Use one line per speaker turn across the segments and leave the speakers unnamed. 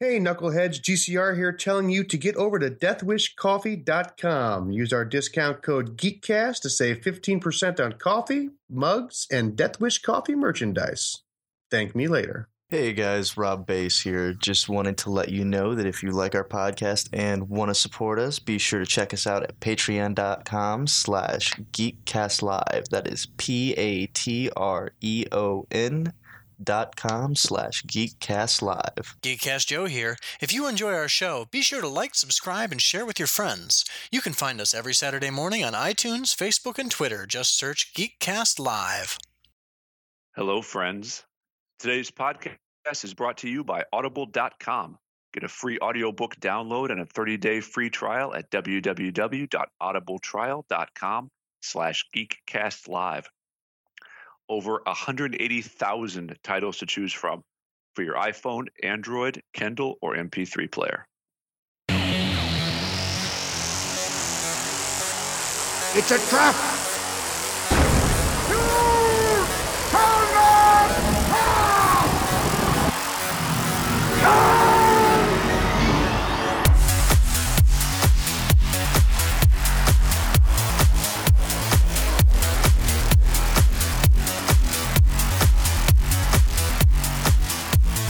Hey, Knuckleheads, GCR here telling you to get over to deathwishcoffee.com. Use our discount code GEEKCAST to save 15% on coffee, mugs, and Deathwish coffee merchandise. Thank me later.
Hey guys, Rob Bass here. Just wanted to let you know that if you like our podcast and want to support us, be sure to check us out at patreon.com slash geekcastlive. That is P-A-T-R-E-O-N E dot com slash geekcastlive.
Geekcast Joe here. If you enjoy our show, be sure to like, subscribe, and share with your friends. You can find us every Saturday morning on iTunes, Facebook, and Twitter. Just search Geekcast Live.
Hello, friends. Today's podcast is brought to you by Audible.com. Get a free audiobook download and a 30-day free trial at www.audibletrial.com slash geekcastlive. Over 180,000 titles to choose from for your iPhone, Android, Kindle, or MP3 player.
It's a trap!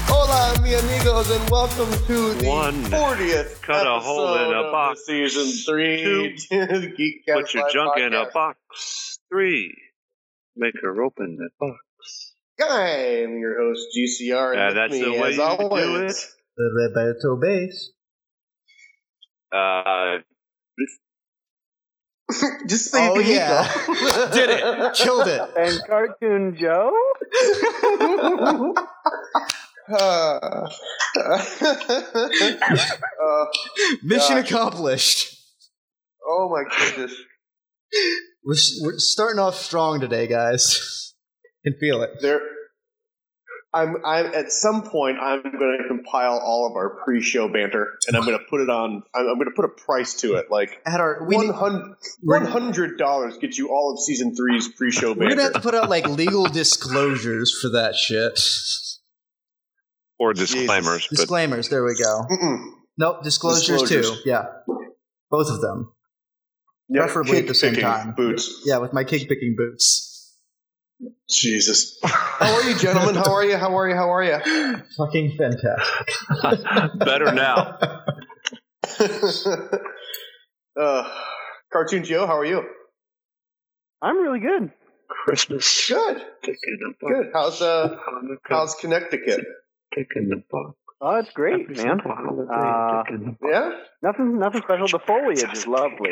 Hola, mi amigos, and welcome to the
One.
40th
Cut a
episode
hole in a
of the
box.
season three. Geek
Put your junk in a box. Three. Make her open the box.
I'm your host GCR, and
Yeah,
with
that's
me,
the way you
as
do
always,
it.
Roberto Bass.
Uh,
just say
Oh,
the
yeah.
eagle.
Did it. Killed it.
And Cartoon Joe?
Uh, uh,
Mission
Gosh.
accomplished.
oh my goodness!
We're, we're starting off strong today, guys. Can feel it.
There, I'm. I'm at some point. I'm going to compile all of our pre-show banter, and I'm going to put it on. I'm, I'm going to put a price to it, like.
At our, we need, we're-
One hundred dollars gets you all of season three's pre-show
we're
banter.
gonna have to put out like legal disclosures for that shit.
or disclaimers, but
Disclaimers. There we go.
Mm-mm.
Nope. Disclosures,
Disclosures.
too. Yeah, both of them.
Yeah,
Preferably at the same
kick-picking
time.
Boots.
Yeah, with my kick picking boots.
Jesus. How are you, gentlemen? How are you? How are you? How are you?
Fucking fantastic.
better now.
uh, Cartoon Joe, how are you?
I'm really good.
Christmas.
Good.
Kick in the box.
Good. How's uh How's Connecticut?
Kick in the box.
Oh, it's great, man. Uh,
Yeah.
Nothing, nothing special. The foliage is lovely.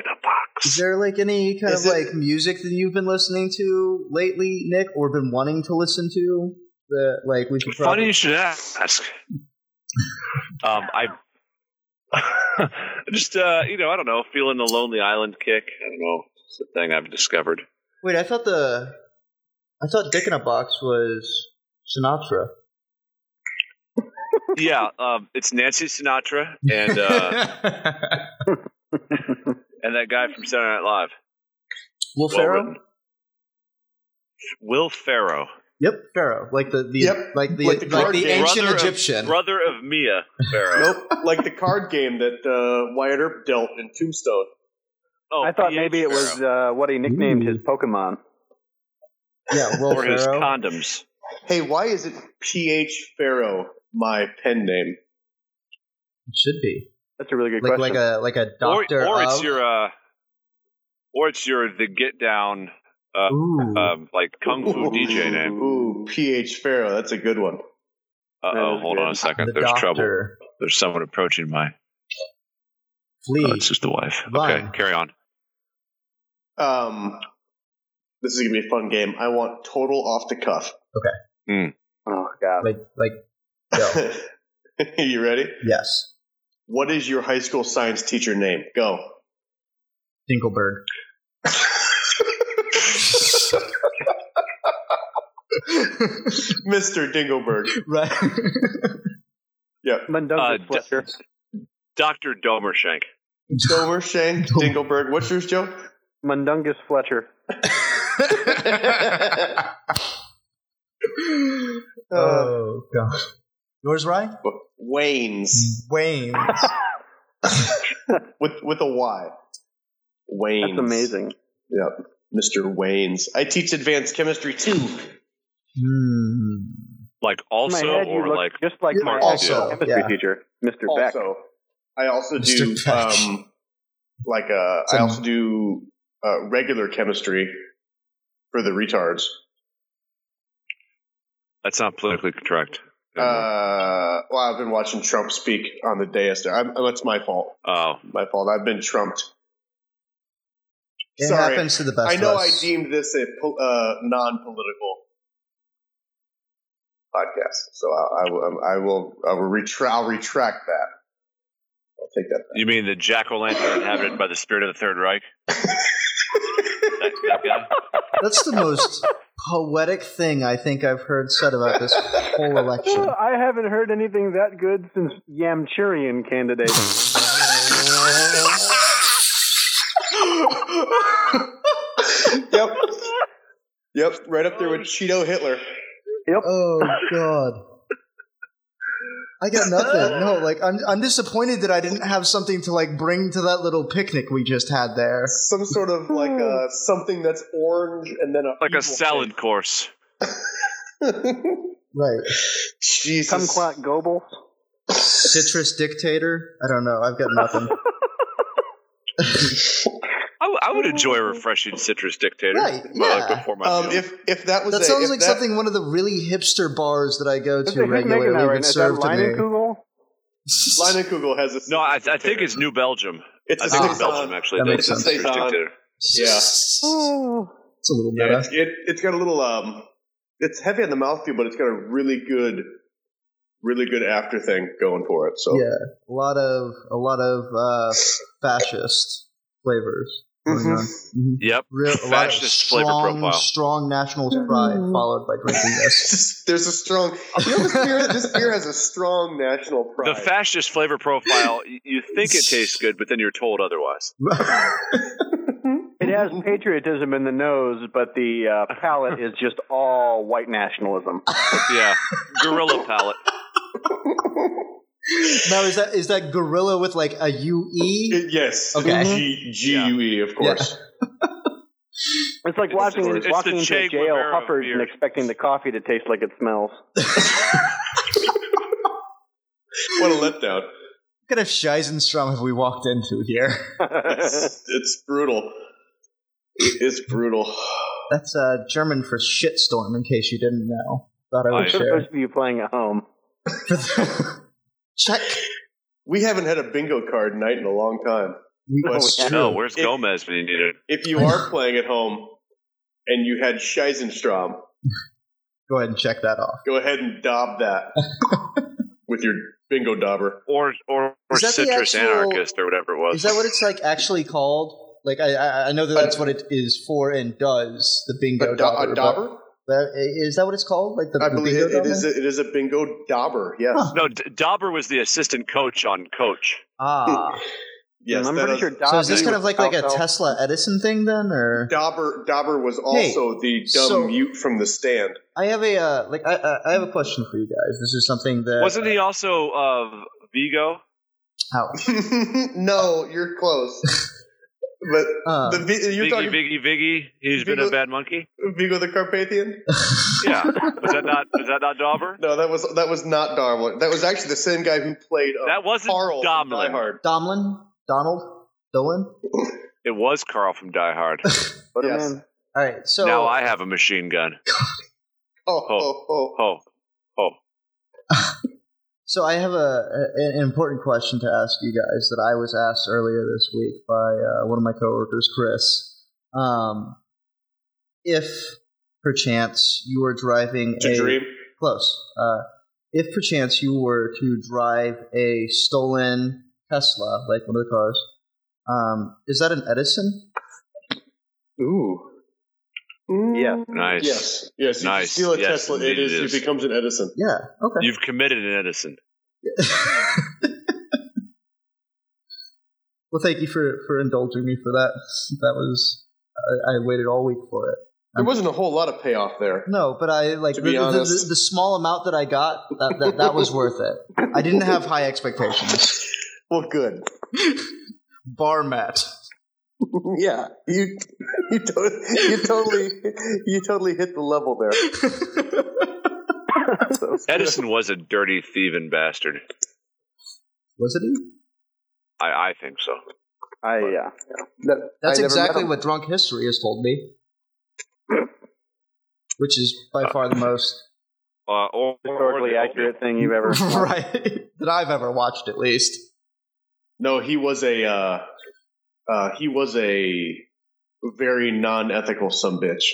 Is there like any kind
Is
of
it-
like music that you've been listening to lately, Nick, or been wanting to listen to that like we should
Funny
probably
you should ask. Um, I just uh, you know I don't know feeling the lonely island kick. I don't know. It's the thing I've discovered.
Wait, I thought the I thought Dick in a Box was Sinatra.
Yeah, um, it's Nancy Sinatra and uh, and that guy from Saturday Night Live,
Will
Well
Ferrell?
written. Will Farrow,
Yep, Pharaoh. Like the, the
Yep,
like the
like
like
the
the,
card game.
ancient
Brother of-
Egyptian.
brother of Mia Farrow.
Nope. like the card game that uh, Wyatt Earp dealt in Tombstone.
Oh,
I thought
P.H.
maybe it was
Farrow.
uh, what he nicknamed
Ooh.
his Pokemon.
yeah,
uh,
Will
or his
Ferrell.
condoms.
Hey, why is it PH Pharaoh, my pen name?
It should be
That's a really good
like like
question.
a like a doctor
or, or it's
of-
your uh, or it's your the get down
Ooh.
um, like kung fu
Ooh.
DJ name.
Ooh, PH Pharaoh. That's a good one.
Uh oh, hold on a second. There's trouble.
doctor.
There's someone approaching my.
Hmm.
Flea.
Oh, it's just the wife.
Vine.
Okay, carry on.
Um, this is gonna be a fun game. I want total off the cuff.
oh, God.
like like go.
you ready?
yes.
What is your high school science teacher name? Go.
Dinkelberg.
Mr. Dingleberg.
Right.
Mendoza
uh,
Fletcher.
Doctor Domershank.
Domer, Shane, Dingleberg. What's yours, Joe?
Mundungus Fletcher.
Uh,
oh god.
Uh, Yours, Ryan?
Wayne's
Wayne.
with with a Y. Wayne's.
That's amazing.
Yep. Mr. Wayne's. I teach advanced chemistry too.
Hmm.
Like
In
also
my head, you
or
look
like
just like
Yeah,
my
also,
chemistry
yeah.
teacher, Mr. Beck.
Also, I also do
Mr. Peck.
um, like uh, I
Some-
also do uh, regular chemistry for the retards.
that's not politically correct. Mm-hmm.
Uh, well, I've been watching Trump speak on the dais. There, I'm, that's my fault.
oh,
My fault. I've been trumped.
It
Sorry.
happens to the best
I know
of
I
us.
deemed this a po- uh, non-political podcast, so I, I, will- um, I will. I will retra- I'll retract that. I'll take that.
you mean the jack o' lantern inhabited by the spirit of the Third Reich? That, that guy?
That's the most poetic thing I think I've heard said about this whole election.
I haven't heard anything that good since Yamchurian candidate.
yep. Yep. Right up there with Cheeto Hitler.
Oh God. I got nothing. No, like I'm I'm disappointed that I didn't have something to like bring to that little picnic we just had there.
Some sort of like
Hmm.
uh, something that's orange and then a
like
evil
a salad course.
thing.
Right.
Jesus.
Kumquat Goebbels.
Citrus dictator? I don't know. I've got nothing.
I, w- I would enjoy a refreshing citrus dictator.
Right,
but, like,
yeah.
before my
Um,
meal.
if if that was
That
a,
sounds
if
like
that-
something one of the really hipster bars that I go
Who's
to
making that
regularly
right
would
now? Is that
serve to me.
Leinenkugel's?
Leinenkugel has a
no, I, I
dictator.
think it's New Belgium.
it's
I
a
think
Ah.
it's Belgium actually.
That
That
makes
it's a
sense.
citrus
Uh,
Saison.
dictator.
Yeah.
Oh,
It's a little
Yeah,
meta.
it's, it, it's got a little. Um, it's heavy on the mouthfeel, but it's got a really good, really good after thing going for it.
Oh.
So
Yeah. A lot of a lot of uh, fascist flavors. going
Mm-hmm.
on. Mhm.
Yep.
Real, a lot of
Fascist flavor
strong,
profile.
strong national pride followed by drinking this.
there's a strong. You know, this beer, this beer has a strong national pride.
The fascist flavor profile. y- You think it tastes good, but then you're told otherwise.
it has patriotism in the nose, but the uh, palate is just all white nationalism.
Yeah, gorilla palate.
Now is that is that gorilla with like a U E?
It- yes.
Okay. Mm-hmm.
G G U E of course.
It's like
It's-
watching
it's the
walking into
Che
a jail
Guevara of
Huffords
beer.
and expecting the coffee to taste like it smells.
What a letdown.
What kind of Scheisenstrom have we walked into here?
It's, it's brutal. It's brutal.
That's uh, German for shitstorm. In case you didn't know, thought I would
I-
For those
share.
of you playing at home,
Check.
We haven't had a bingo card night in a long time.
We-
Oh,
it's
yeah.
true.
No, where's
It-
Gomez when you need it?
If you are playing at home and you had Scheisenstrom,
Go ahead and check that off.
go ahead and dob that with your bingo dobber.
Or or, or
Is that the
citrus
actual-
anarchist or whatever it was.
Is that what it's like actually called? Like I, I, I know that that's what it is for and does the
A,
bingo
do-
dobber,
a
but
dobber?
that- is that what it's called? Like the,
I
the
believe
bingo
it, it is.
dobber?
A, it is a bingo dobber. Yes.
Huh.
no, D- Dauber was the assistant coach on Coach.
ah.
Yes.
I'm
that
pretty
is-
sure
So is
Dobby
this kind
was
of like like a
alfalfa.
Tesla Edison thing then, or
Dauber Dauber was
Hey,
also the dumb
so-
mute from the stand.
I have a uh, like I, I- I have a question for you guys. This is something that
Wasn't he also of Vigo?
How-
no, you're close. But
uh,
the Vi- you're
Viggy,
talking
Viggy, Viggy. He's been
Viggo-
a bad monkey.
Vigo the Carpathian?
Yeah, was that not was that not Dauber?
No, that was that was not Darwin. That was actually the same guy who played uh,
That wasn't
Carl from Die
Domlin.
Hard.
Domlin, Donald, Dolan.
It was Carl from Die Hard.
Put 'em
Yes.
in.
All right, so
now I have a machine gun.
Oh, oh, oh.
Oh, oh.
so I have a, a- an important question to ask you guys that I was asked earlier this week by uh, one of my coworkers, Chris. Um, if perchance you were driving
To
a
dream.
close, uh, if perchance you were to drive a stolen Tesla, like one of the cars, um, is that an Edison?
Ooh. Yes.
Nice.
Yes. Yes. If
Nice.
You steal a
Yes,
Tesla, it
indeed
is,
it
it
is.
becomes an Edison.
Yeah. Okay.
You've committed an Edison.
well, thank you for for indulging me for that. That was I, I waited all week for it.
There wasn't a whole lot of payoff there.
No, but I like
To
the,
be
the, the,
honest.
the small amount that I got. That, that that was worth it. I didn't have high expectations.
Well, good.
Bar mat.
yeah, you you, to- you totally you totally hit the level there. That was good.
Edison was a dirty thieving bastard.
Was it? he?
I, I think so.
I yeah.
That-
That's
I never met
exactly
him.
what drunk history has told me, which is by far the most
Uh, or, or-
Historically
or-
accurate thing you've ever.
right that I've ever watched, at least.
No, he was a uh, uh, he was a very non-ethical some bitch.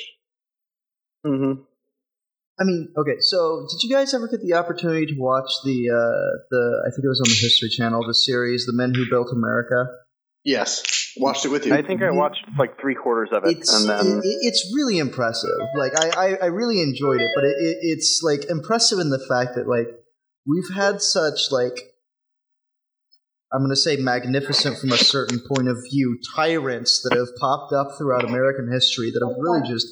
Mm-hmm.
I mean, okay. So, did you guys ever get the opportunity to watch the uh, the? I think it was on the History Channel. The series, "The Men Who Built America."
Yes, watched it with you.
I think I watched like three quarters of it,
It's
and then
it, it's really impressive. Like I, I, I really enjoyed it, but it, it, it's like impressive in the fact that like we've had such like I'm going to say magnificent from a certain point of view tyrants that have popped up throughout American history that have really just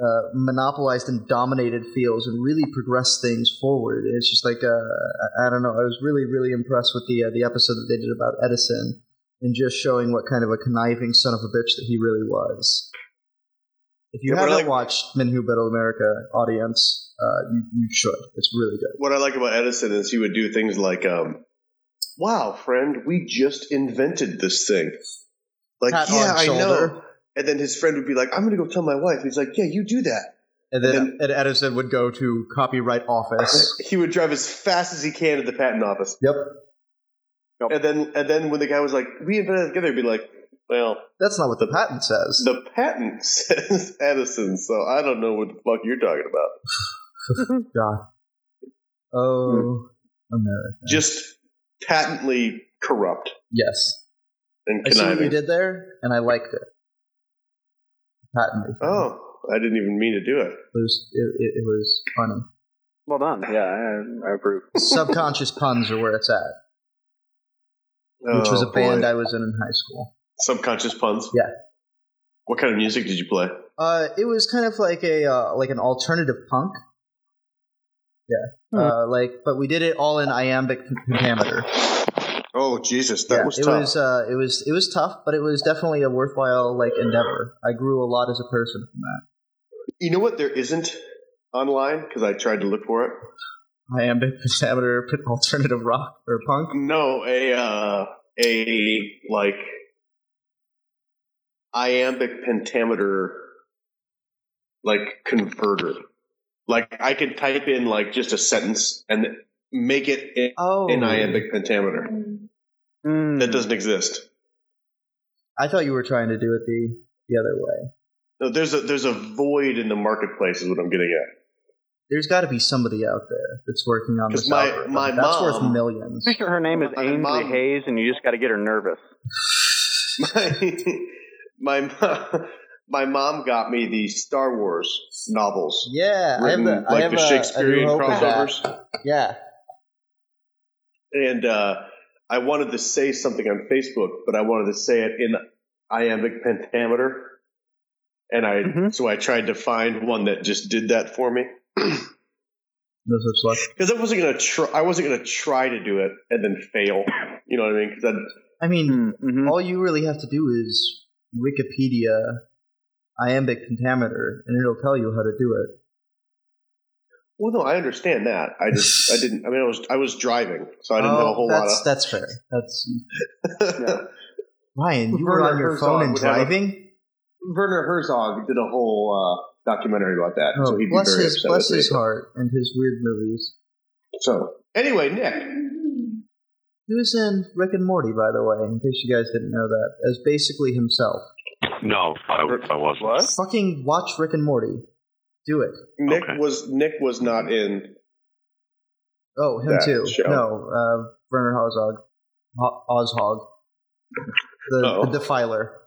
uh, monopolized and dominated fields and really progressed things forward. It's just like uh, I I don't know. I was really really impressed with the uh, the episode that they did about Edison and just showing what kind of a conniving son of a bitch that he really was. If you
Yeah, but I
haven't
like-
watched Men Who Built America, audience, uh, you you should. It's really good.
what I like about Edison is he would do things like, um, "Wow, friend, we just invented this thing." Like,
Pat
yeah,
on
I know.
shoulder.
And then his friend would be like, "I'm going to go tell my wife." He's like, "Yeah, you do that."
And then, Ed Edison would go to copyright office.
He would drive as fast as he can to the patent office,
yep,
and then and then when the guy was like, "We invented it together," he'd be like, "Well,
that's not what the patent says.
the patent says Edison, so I don't know what the fuck you're talking about."
God. Oh,
Hmm.
America.
Just patently corrupt
Yes.
and
I see what you
conniving.
did there, and I liked it. Patently.
oh, I didn't even mean to do it.
It was, it, it, it was funny.
well done. Yeah, I, I approve.
Subconscious puns are where it's at, which
Oh,
was a band
boy.
I was in in high school.
Subconscious puns.
Yeah.
What kind of music did you play?
Uh, it was kind of like a uh, like an alternative punk. Yeah. Uh, like, but we did it all in iambic pentameter.
Oh Jesus,
Yeah, it was uh, it was it was tough, but it was definitely a worthwhile like endeavor. I grew a lot as a person from that
you know what? There isn't online because I tried to look for it.
iambic pentameter p- alternative rock or punk.
No, a uh, a like iambic pentameter like converter. Like I could type in like just a sentence and make it in,
Oh,
in iambic pentameter.
Mm.
That doesn't exist.
I thought you were trying to do it the the other way.
No, there's a there's a void in the marketplace is what I'm getting at.
There's got to be somebody out there that's working on
'Cause
this.
my-
algorithm.
my
that's worth
mom-
millions.
Pretty sure her name is
My
Ainsley
mom-
Hayes, and you just got to get her nervous.
my my mom, my mom got me the Star Wars novels.
Yeah, I have
written,
the, I
like
have
the
a- a,
Shakespearean
new hope of that.
crossovers,
Yeah,
and uh, I wanted to say something on Facebook, but I wanted to say it in iambic pentameter, and I
Mm-hmm.
Mhm.
so I tried to find one that just did that for me
no such luck.
because I wasn't gonna try. I wasn't gonna try to do it and then fail. You know what I mean? 'Cause I'd-
I mean,
Hmm,
Mm-hmm.
all you really have to do is Wikipedia iambic pentameter, and it'll tell you how to do it.
well, no, I understand that. I just I didn't. I mean, I was I was driving, so I didn't have a whole
Oh, that's,
lot of.
That's fair. That's Ryan. You were
Werner
on your
Herzog
phone and
would have a-
driving.
Werner Herzog did a whole uh, documentary about that,
Oh,
so he'd
bless
be very
his
upset
bless
with
his
me.
heart and his weird movies.
So anyway, Nick,
He was in Rick and Morty, by the way, in case you guys didn't know that, as basically himself.
No, I, I wasn't.
What?
Fucking watch Rick and Morty. Do it.
Nick
Okay.
was Nick was not in.
Oh, him
That
too.
show.
No, uh, Werner Herzog, Ho- Ozhog, the,
Oh.
the Defiler.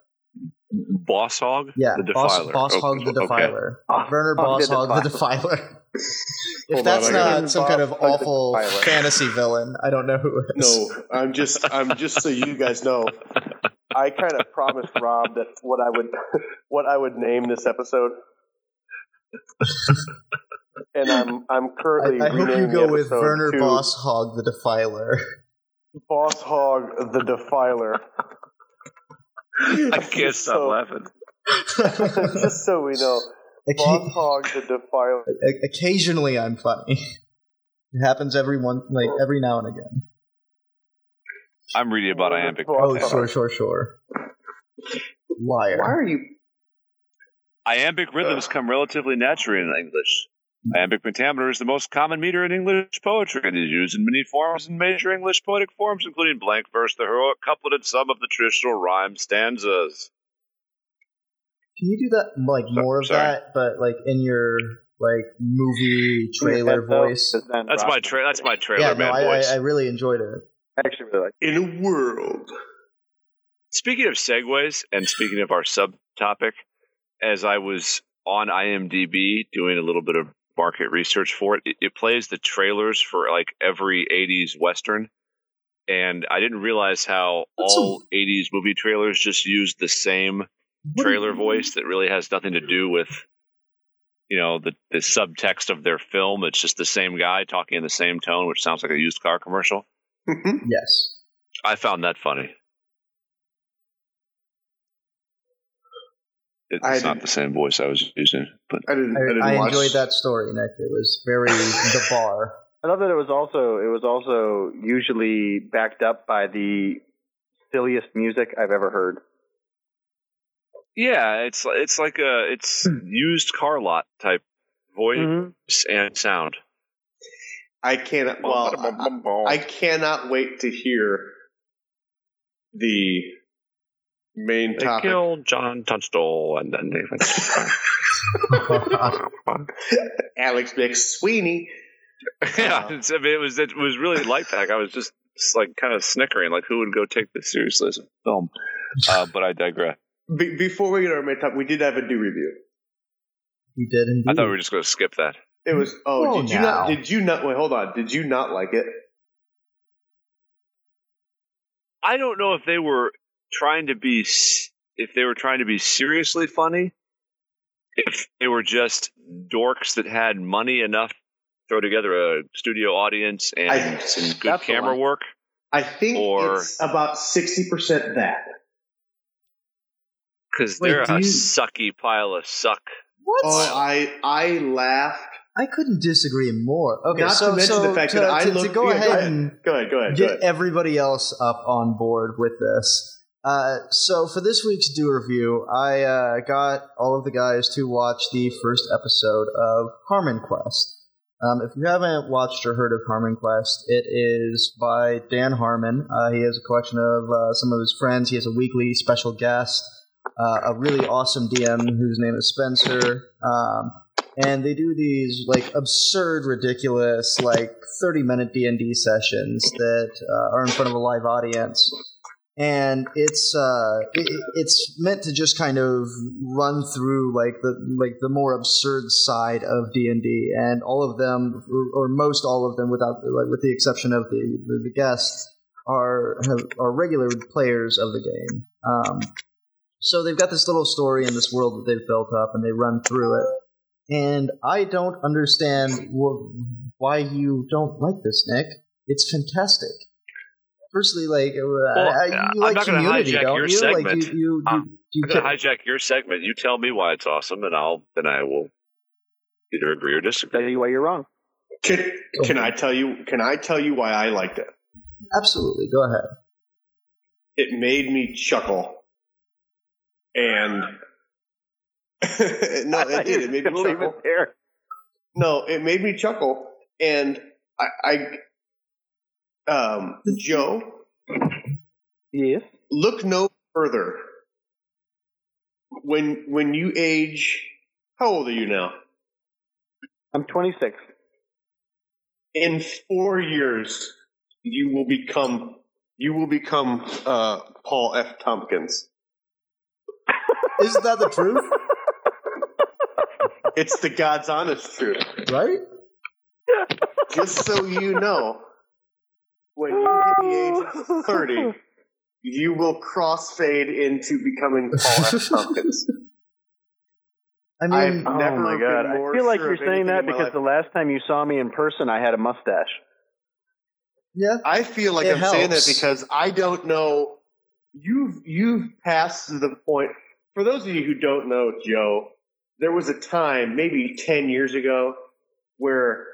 Boss Hog?
Yeah,
The
Boss-
Defiler.
Boss
Okay,
Hog the
okay.
Defiler.
Ah,
Werner
ah,
Boss
the
Hog the Defiler. if
Hold
that's
on, I
gotta-
not some kind of
Boss Hog the
awful
Defiler.
fantasy villain, I don't know who is.
No, I'm just I'm just so you guys know. I kind of promised Rob that what I would what I would name this episode,
and I'm I'm currently.
I, I hope you
renaming
go
the
with
episode
Werner
to
Boss Hog the Defiler.
Boss Hog the Defiler.
I can't stop
So-
laughing.
Just so we know, Boss Hog the Defiler.
O- Occasionally, I'm funny. It happens every one, like every now and again.
I'm reading about iambic.
Boss
Oh,
Hog.
sure, sure, sure.
Why
Liar.
are you?
Iambic rhythms come relatively naturally in English. Iambic pentameter is the most common meter in English poetry and is used in many forms in major English poetic forms, including blank verse, the heroic couplet, and some of the traditional rhyme stanzas.
Can you do that like more of
sorry.
that, but like in your like movie trailer
That, though,
voice?
is then
That's my
Rock.
tra- that's my trailer
Yeah, no,
man
I, I,
voice.
I really enjoyed it.
I actually really like.
In a world,
Speaking of segues, and speaking of our subtopic, as I was on IMDb doing a little bit of market research for it, it, it plays the trailers for like every 80s Western. And I didn't realize how
That's a-
all 80s movie trailers just use the same
What do you-
trailer voice that really has nothing to do with you know the the subtext of their film it's just the same guy talking in the same tone which sounds like a used car commercial
Yes.
i found that funny It-
I
it's not
didn't-
the same voice i was using but
I didn't. I, didn't
I, I
watch.
enjoyed that story, Nick. It was very the bar.
I love that it was also it was also usually backed up by the silliest music I've ever heard.
yeah it's li- it's like a it's used car lot type voice
Mm-hmm.
and sound
I cannot. Well, I, I cannot wait to hear the main
they
topic.
killed john tunstall and then they
Alex McSweeney.
yeah it's, i mean it was it was really like that i was just, just like kind of snickering like who would go take this seriously as a film uh, but i digress
Be- before we get our main topic, we did have a new review.
we did indeed.
I thought we were just going to skip that.
It was. Oh,
Oh,
did you not?
now.
Did you not? Wait, hold on. Did you not like it?
I don't know if they were trying to be s- if they were trying to be seriously funny, if they were just dorks that had money enough to throw together a studio audience and
I-
some good
that's the
camera
one.
work.
I think
Or-
it's about sixty percent that.
Because
Wait,
they're
do
a
you-
sucky pile of suck.
what?
Oh, I I laughed.
I couldn't disagree more. Okay,
Not
so,
to mention
so
the fact
to,
that I
to, to
looked.
go
yeah,
ahead and
Go ahead. Go ahead. Go
get
ahead.
everybody else up on board with this. Uh, so for this week's do review, I uh, got all of the guys to watch the first episode of Harmon Quest. Um, if you haven't watched or heard of Harmon Quest, it is by Dan Harmon. Uh, he has a collection of uh, some of his friends. He has a weekly special guest, uh, a really awesome DM whose name is Spencer. Um, and they do these like absurd, ridiculous, like thirty-minute D and D sessions that uh, are in front of a live audience, and it's uh, it, it's meant to just kind of run through like the like the more absurd side of D and D, and all of them, or, or most all of them, without like with the exception of the the, the guests, are have, are regular players of the game. Um, so they've got this little story in this world that they've built up, and they run through it and I don't understand wh- why you don't like this, Nick. It's fantastic. Firstly, like uh, I, I- you
I'm
like
not gonna
community,
hijack
don't
your
you? Like you,
segment.
you,
Uh,
you, you
I'm going to hijack your segment. You tell me why it's awesome, and I'll then I will either agree or disagree.
Tell you why you're wrong.
Can, can I tell you? Can I tell you why I liked it?
absolutely go ahead.
It made me chuckle, and no,
I
it did. It made me
leave
chuckle.
it there.
No, it made me chuckle, and I, I um, Joe,
Yes.
look no further. When when you age, how old are you now?
I'm 26.
In four years, you will become you will become uh, Paul F. Tompkins.
Isn't that the truth?
It's the God's honest truth.
right?
Just so you know, when you hit the age of thirty, you will crossfade into becoming Paul F. Tompkins.
I mean,
I've never
oh my god!
been more
I feel like you're
sure of
saying
anything
that
in my
because
life.
the last time you saw me in person, I had a mustache.
yeah,
I feel like
It
I'm saying that
helps.
because I don't know. You've you've passed the point. For those of you who don't know, Joe, there was a time, maybe ten years ago, where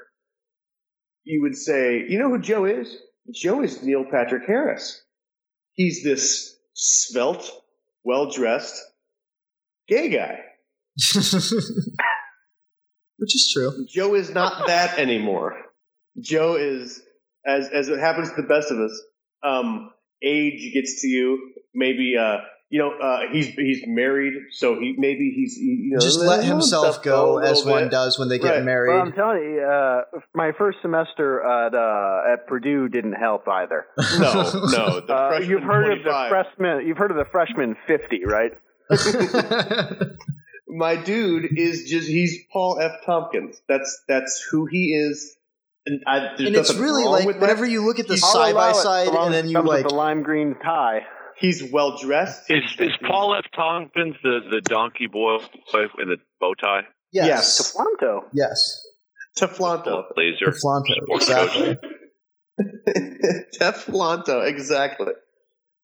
you would say, "You know who Joe is? Joe is Neil Patrick Harris. He's this svelte, well dressed, gay guy."
which is true.
Joe is not that anymore. Joe is, as as it happens to the best of us, um, age gets to you. Maybe uh, you know uh, he's he's married, so he maybe he's he, you know
Just let
lets
himself
himself go
go
a
as
little
one
bit.
does when they get
Right.
Well, I'm
married.
telling you, uh, my first semester at uh, at Purdue didn't help either.
No, no. The
Uh,
freshman
you've heard of the
25.
freshman. You've heard of the freshman fifty, right?
My dude is just he's Paul F. Tompkins. That's that's who he is. And, I, there's
and it's
nothing
really
wrong
like
with that.
whenever you look at the
He's-
I'll
side
allow
by
it,
side,
so long
and
as
then
it
you
comes
like
with a lime green tie.
he's well dressed.
Is, is Paul F. Tompkins the, the donkey boy in the bow tie?
yes,
Lanto.
yes,
Teflonto?
Laser.
Flanto,
Sports coach.
exactly.
Teflonto, exactly.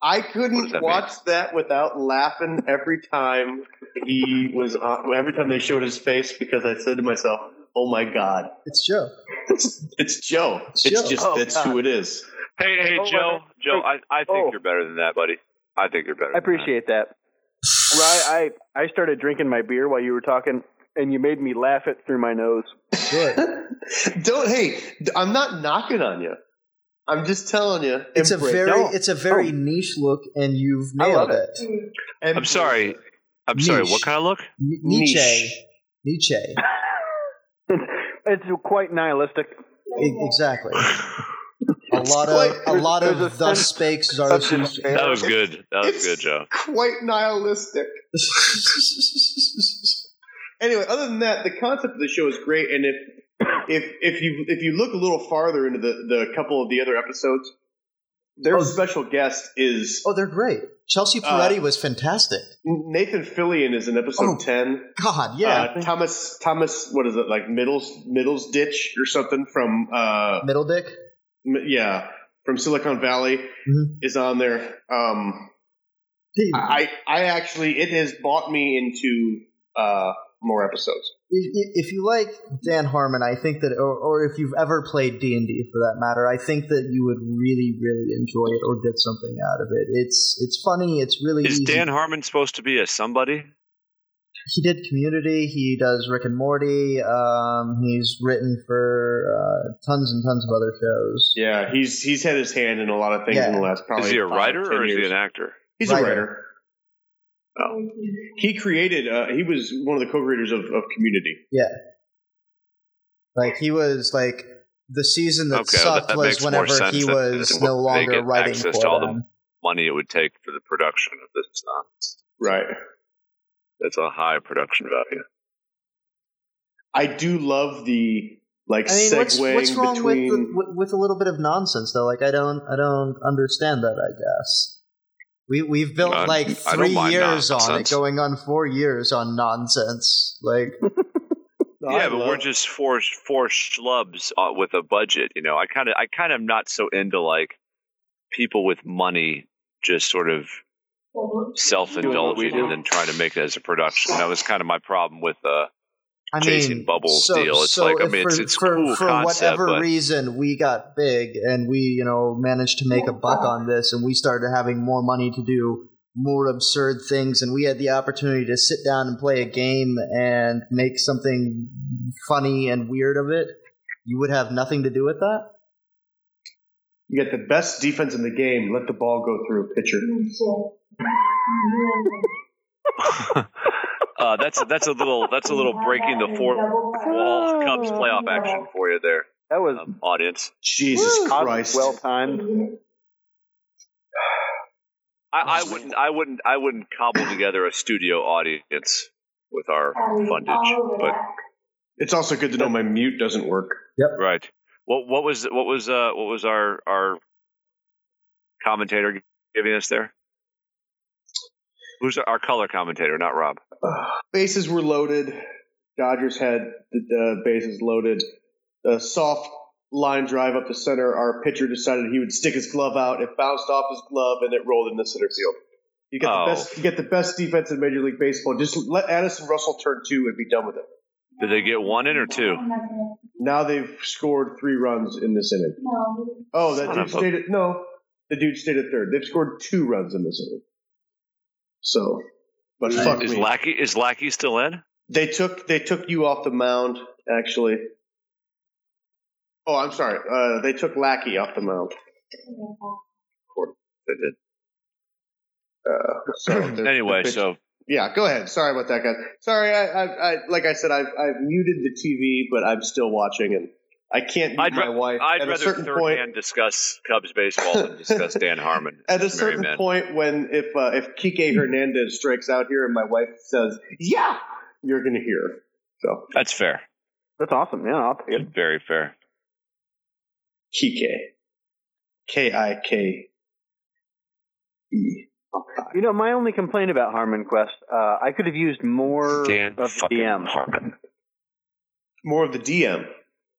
I
What does
couldn't
that
watch that without laughing every time he was on, every time they showed his face because I said to myself, "Oh my god,
It's Joe.
it's it's Joe. It's,
It's Joe.
just
Oh,
that's
God.
who it is."
Hey, hey,
Oh, I-
Joe, Joe, I, I think
Oh.
you're better than that, buddy. I think you're better.
I appreciate that. Well, I, I I started drinking my beer while you were talking, and you made me laugh it through my nose.
Good.
Don't hey, d- I'm not knocking on you. I'm just telling you.
It's a
embrace-
very
No,
it's a very niche look, and you've
I love
nailed it.
Than that. I'm
embrace
sorry.
it.
I'm sorry.
Niche.
What kind of look?
Ni-
Niche.
Nietzsche, Nietzsche, E-
it's quite nihilistic.
E-, exactly. A lot
quite-
of a lot of
there's a
thus
sense
spake
of
Zarathustra.
despair.
That was good. That was
It's
good, Joe.
quite nihilistic. anyway, other than that, the concept of the show is great, and if if if you if you look a little farther into the the couple of the other episodes, their
Oh.
special guest is
oh, they're great. Chelsea
Uh,
Peretti was fantastic.
Nathan Fillion is in episode
Oh,
ten.
God, yeah,
uh, Thomas Thomas, what is it like Middles Middles Ditch or something from uh
Middle Dick.
m- yeah from Silicon Valley
Mhm.
is on there. Um,
He-
I I actually it has bought me into uh more episodes.
if, if you like Dan Harmon, I think that, or, or if you've ever played D and D for that matter, I think that you would really, really enjoy it or get something out of it. It's it's funny. It's really
Is
easy.
Dan Harmon supposed to be a somebody?
he did Community. He does Rick and Morty. Um, he's written for uh, tons and tons of other shows.
Yeah, he's he's had his hand in a lot of things in the
Yeah.
last probably.
is he a
five,
writer
10
or is he
years.
an actor?
He's
Writer.
a writer. Oh. He created. Uh, he was one of the co-creators of, of Community.
Like he was like the season that
Okay, well,
sucked
that
was
makes more
whenever
sense
he
than-
was
than
no
they
longer
get
writing
access
for
to all the-
them.
Money it would take for the production of this nonsense.
Right.
That's a high production value.
I do love the like
I mean, what's
segueing
what's wrong
between.
with, the, with with a little bit of nonsense though? Like I don't I don't understand that. I guess we we've built
I-
like
I don't
three
mind
years on it,
nonsense.
going on four years on nonsense. Like
No, I
yeah, but
love-
we're just four four schlubs uh, with a budget. You know, I kind of I kind of not so into like people with money just sort of self indulging and then trying to make it as a production. That was kind of my problem with uh,
I
Chasing
mean,
Bubbles
so,
deal. It's
so
like, I
if
mean, it's-
for,
it's
for,
cool
for
concept,
whatever
but-
reason we got big and we you know managed to make a buck on this and we started having more money to do more absurd things and we had the opportunity to sit down and play a game and make something funny and weird of it. You would have nothing to do with that.
you get the best defense in the game. Let the ball go through a pitcher.
uh, that's that's a little that's a little breaking the fourth wall Cubs playoff action for you there,
That was
um, audience.
Jesus
oddly
Christ!
well timed.
I, I wouldn't I wouldn't I wouldn't cobble together a studio audience with our fundage, but
It's also good to know my mute doesn't work.
right. What what was what was uh what was our our commentator giving us there? Who's our color commentator? Not Rob.
bases were loaded. Dodgers had the uh, bases loaded. A soft line drive up the center. Our pitcher decided he would stick his glove out. It bounced off his glove and it rolled into center field. You get
Oh.
the best. You get the best defense in Major League Baseball. Just let Addison Russell turn two and be done with it.
Did they get one in or two?
Now they've scored three runs in this inning. Oh, that
Son
dude
of a-
stayed at no. The dude stayed at third. They've scored two runs in this inning. So, but fuck
Is
me.
Lackey is Lackey still in?
They took they took you off the mound, actually. Oh, I'm sorry. Uh, they took Lackey off the mound.
They did.
Uh, so the-
Anyway,
the pitch-
so
yeah, go ahead. Sorry about that, guys. Sorry, I, I, I like I said, I've, I've muted the TV, but I'm still watching, and I can't mute
I'd
my
ra-
wife.
I'd
At a
rather
certain
third
point,
hand discuss Cubs baseball than discuss Dan Harmon.
at a
as Merry
certain
Men.
point, when if uh, if Kike Hernandez strikes out here, and my wife says, "Yeah," you're gonna hear. her. So
that's fair.
That's awesome. Yeah, I'll take it.
Very fair.
Kike, K I K E.
You know, my only complaint about Harmon Quest, uh, I could have used more
Dan
of the
fucking
DM.
Harmon.
More of the DM.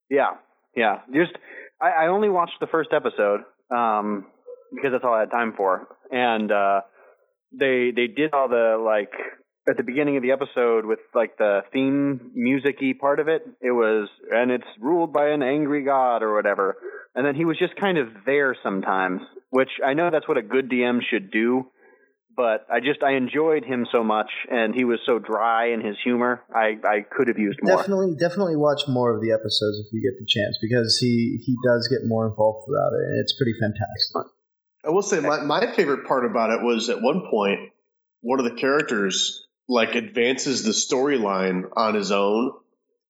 Yeah, yeah. Just I, I only watched the first episode um, because that's all I had time for, and uh, they they did all the like at the beginning of the episode with like the theme musicy part of it. It was and it's ruled by an angry god or whatever, and then he was just kind of there sometimes, which I know that's what a good DM should do. But I just I enjoyed him so much, and he was so dry in his humor. I I could have used more.
Definitely, definitely watch more of the episodes if you get the chance because he he does get more involved throughout it, and it's pretty fantastic.
I will say my, my favorite part about it was at one point one of the characters like advances the storyline on his own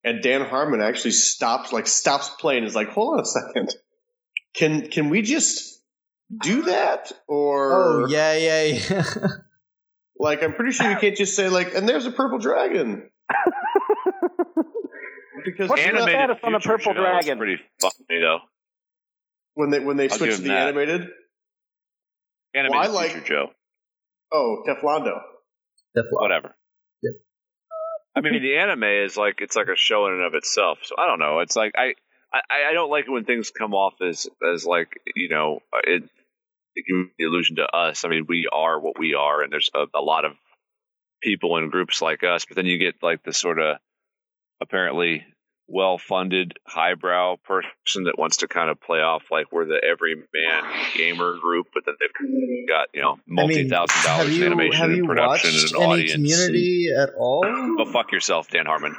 and Dan Harmon actually stops like stops playing is like hold on a second can can we just do that or
Uh-huh. Oh yeah, yeah, yeah.
like I'm pretty sure you can't just say like and there's a purple dragon because
What's
you know,
Animated
that? status on the
Future
Purple
Show is
Dragon?
Pretty funny though.
when they when they
I'll
switch
give
to
him
the
that.
animated
Animated
Well, I like-
Future Joe.
oh Teflondo
Definitely.
Whatever.
Yep.
I mean, the anime is like it's like a show in and of itself. So I don't know. It's like I I, I don't like it when things come off as as like you know it it gives the illusion to us. I mean, we are what we are, and there's a, a lot of people and groups like us. But then you get like the sort of apparently well-funded highbrow person that wants to kind of play off like we're the everyman gamer group, but then they've got you know
I mean,
multi-thousand
have
dollars in
you-
animation
have you
and production
watched
and an
any
audience.
Community at all?
Go fuck yourself, Dan Harmon.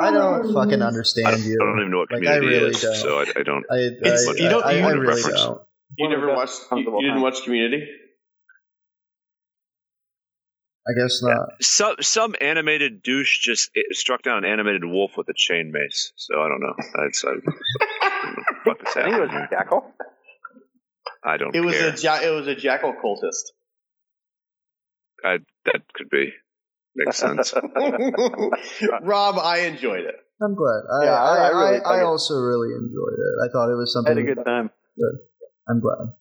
I don't fucking understand
I don't,
you.
I don't even know what
Like, I
community
really
is,
don't.
so I, I don't.
I, I,
It's-
you don't-
I,
you
I
don't
really
reference.
don't.
you
One of
never
the best
watched
ones
you,
of all
you didn't
time.
watch Community
I guess not.
Some some animated douche just it struck down an animated wolf with a chain mace. So I don't know. That's I, what the fuck is
I think it
happening
was
here.
Jackal.
I don't
it was
care.
a ja- it was a jackal cultist
I, that could be makes sense.
Rob, I enjoyed it.
I'm glad. I,
Yeah,
I,
I- I
I, I
really dug it.
also really enjoyed it. I thought it was
I
something.
had a good time.
I'm glad.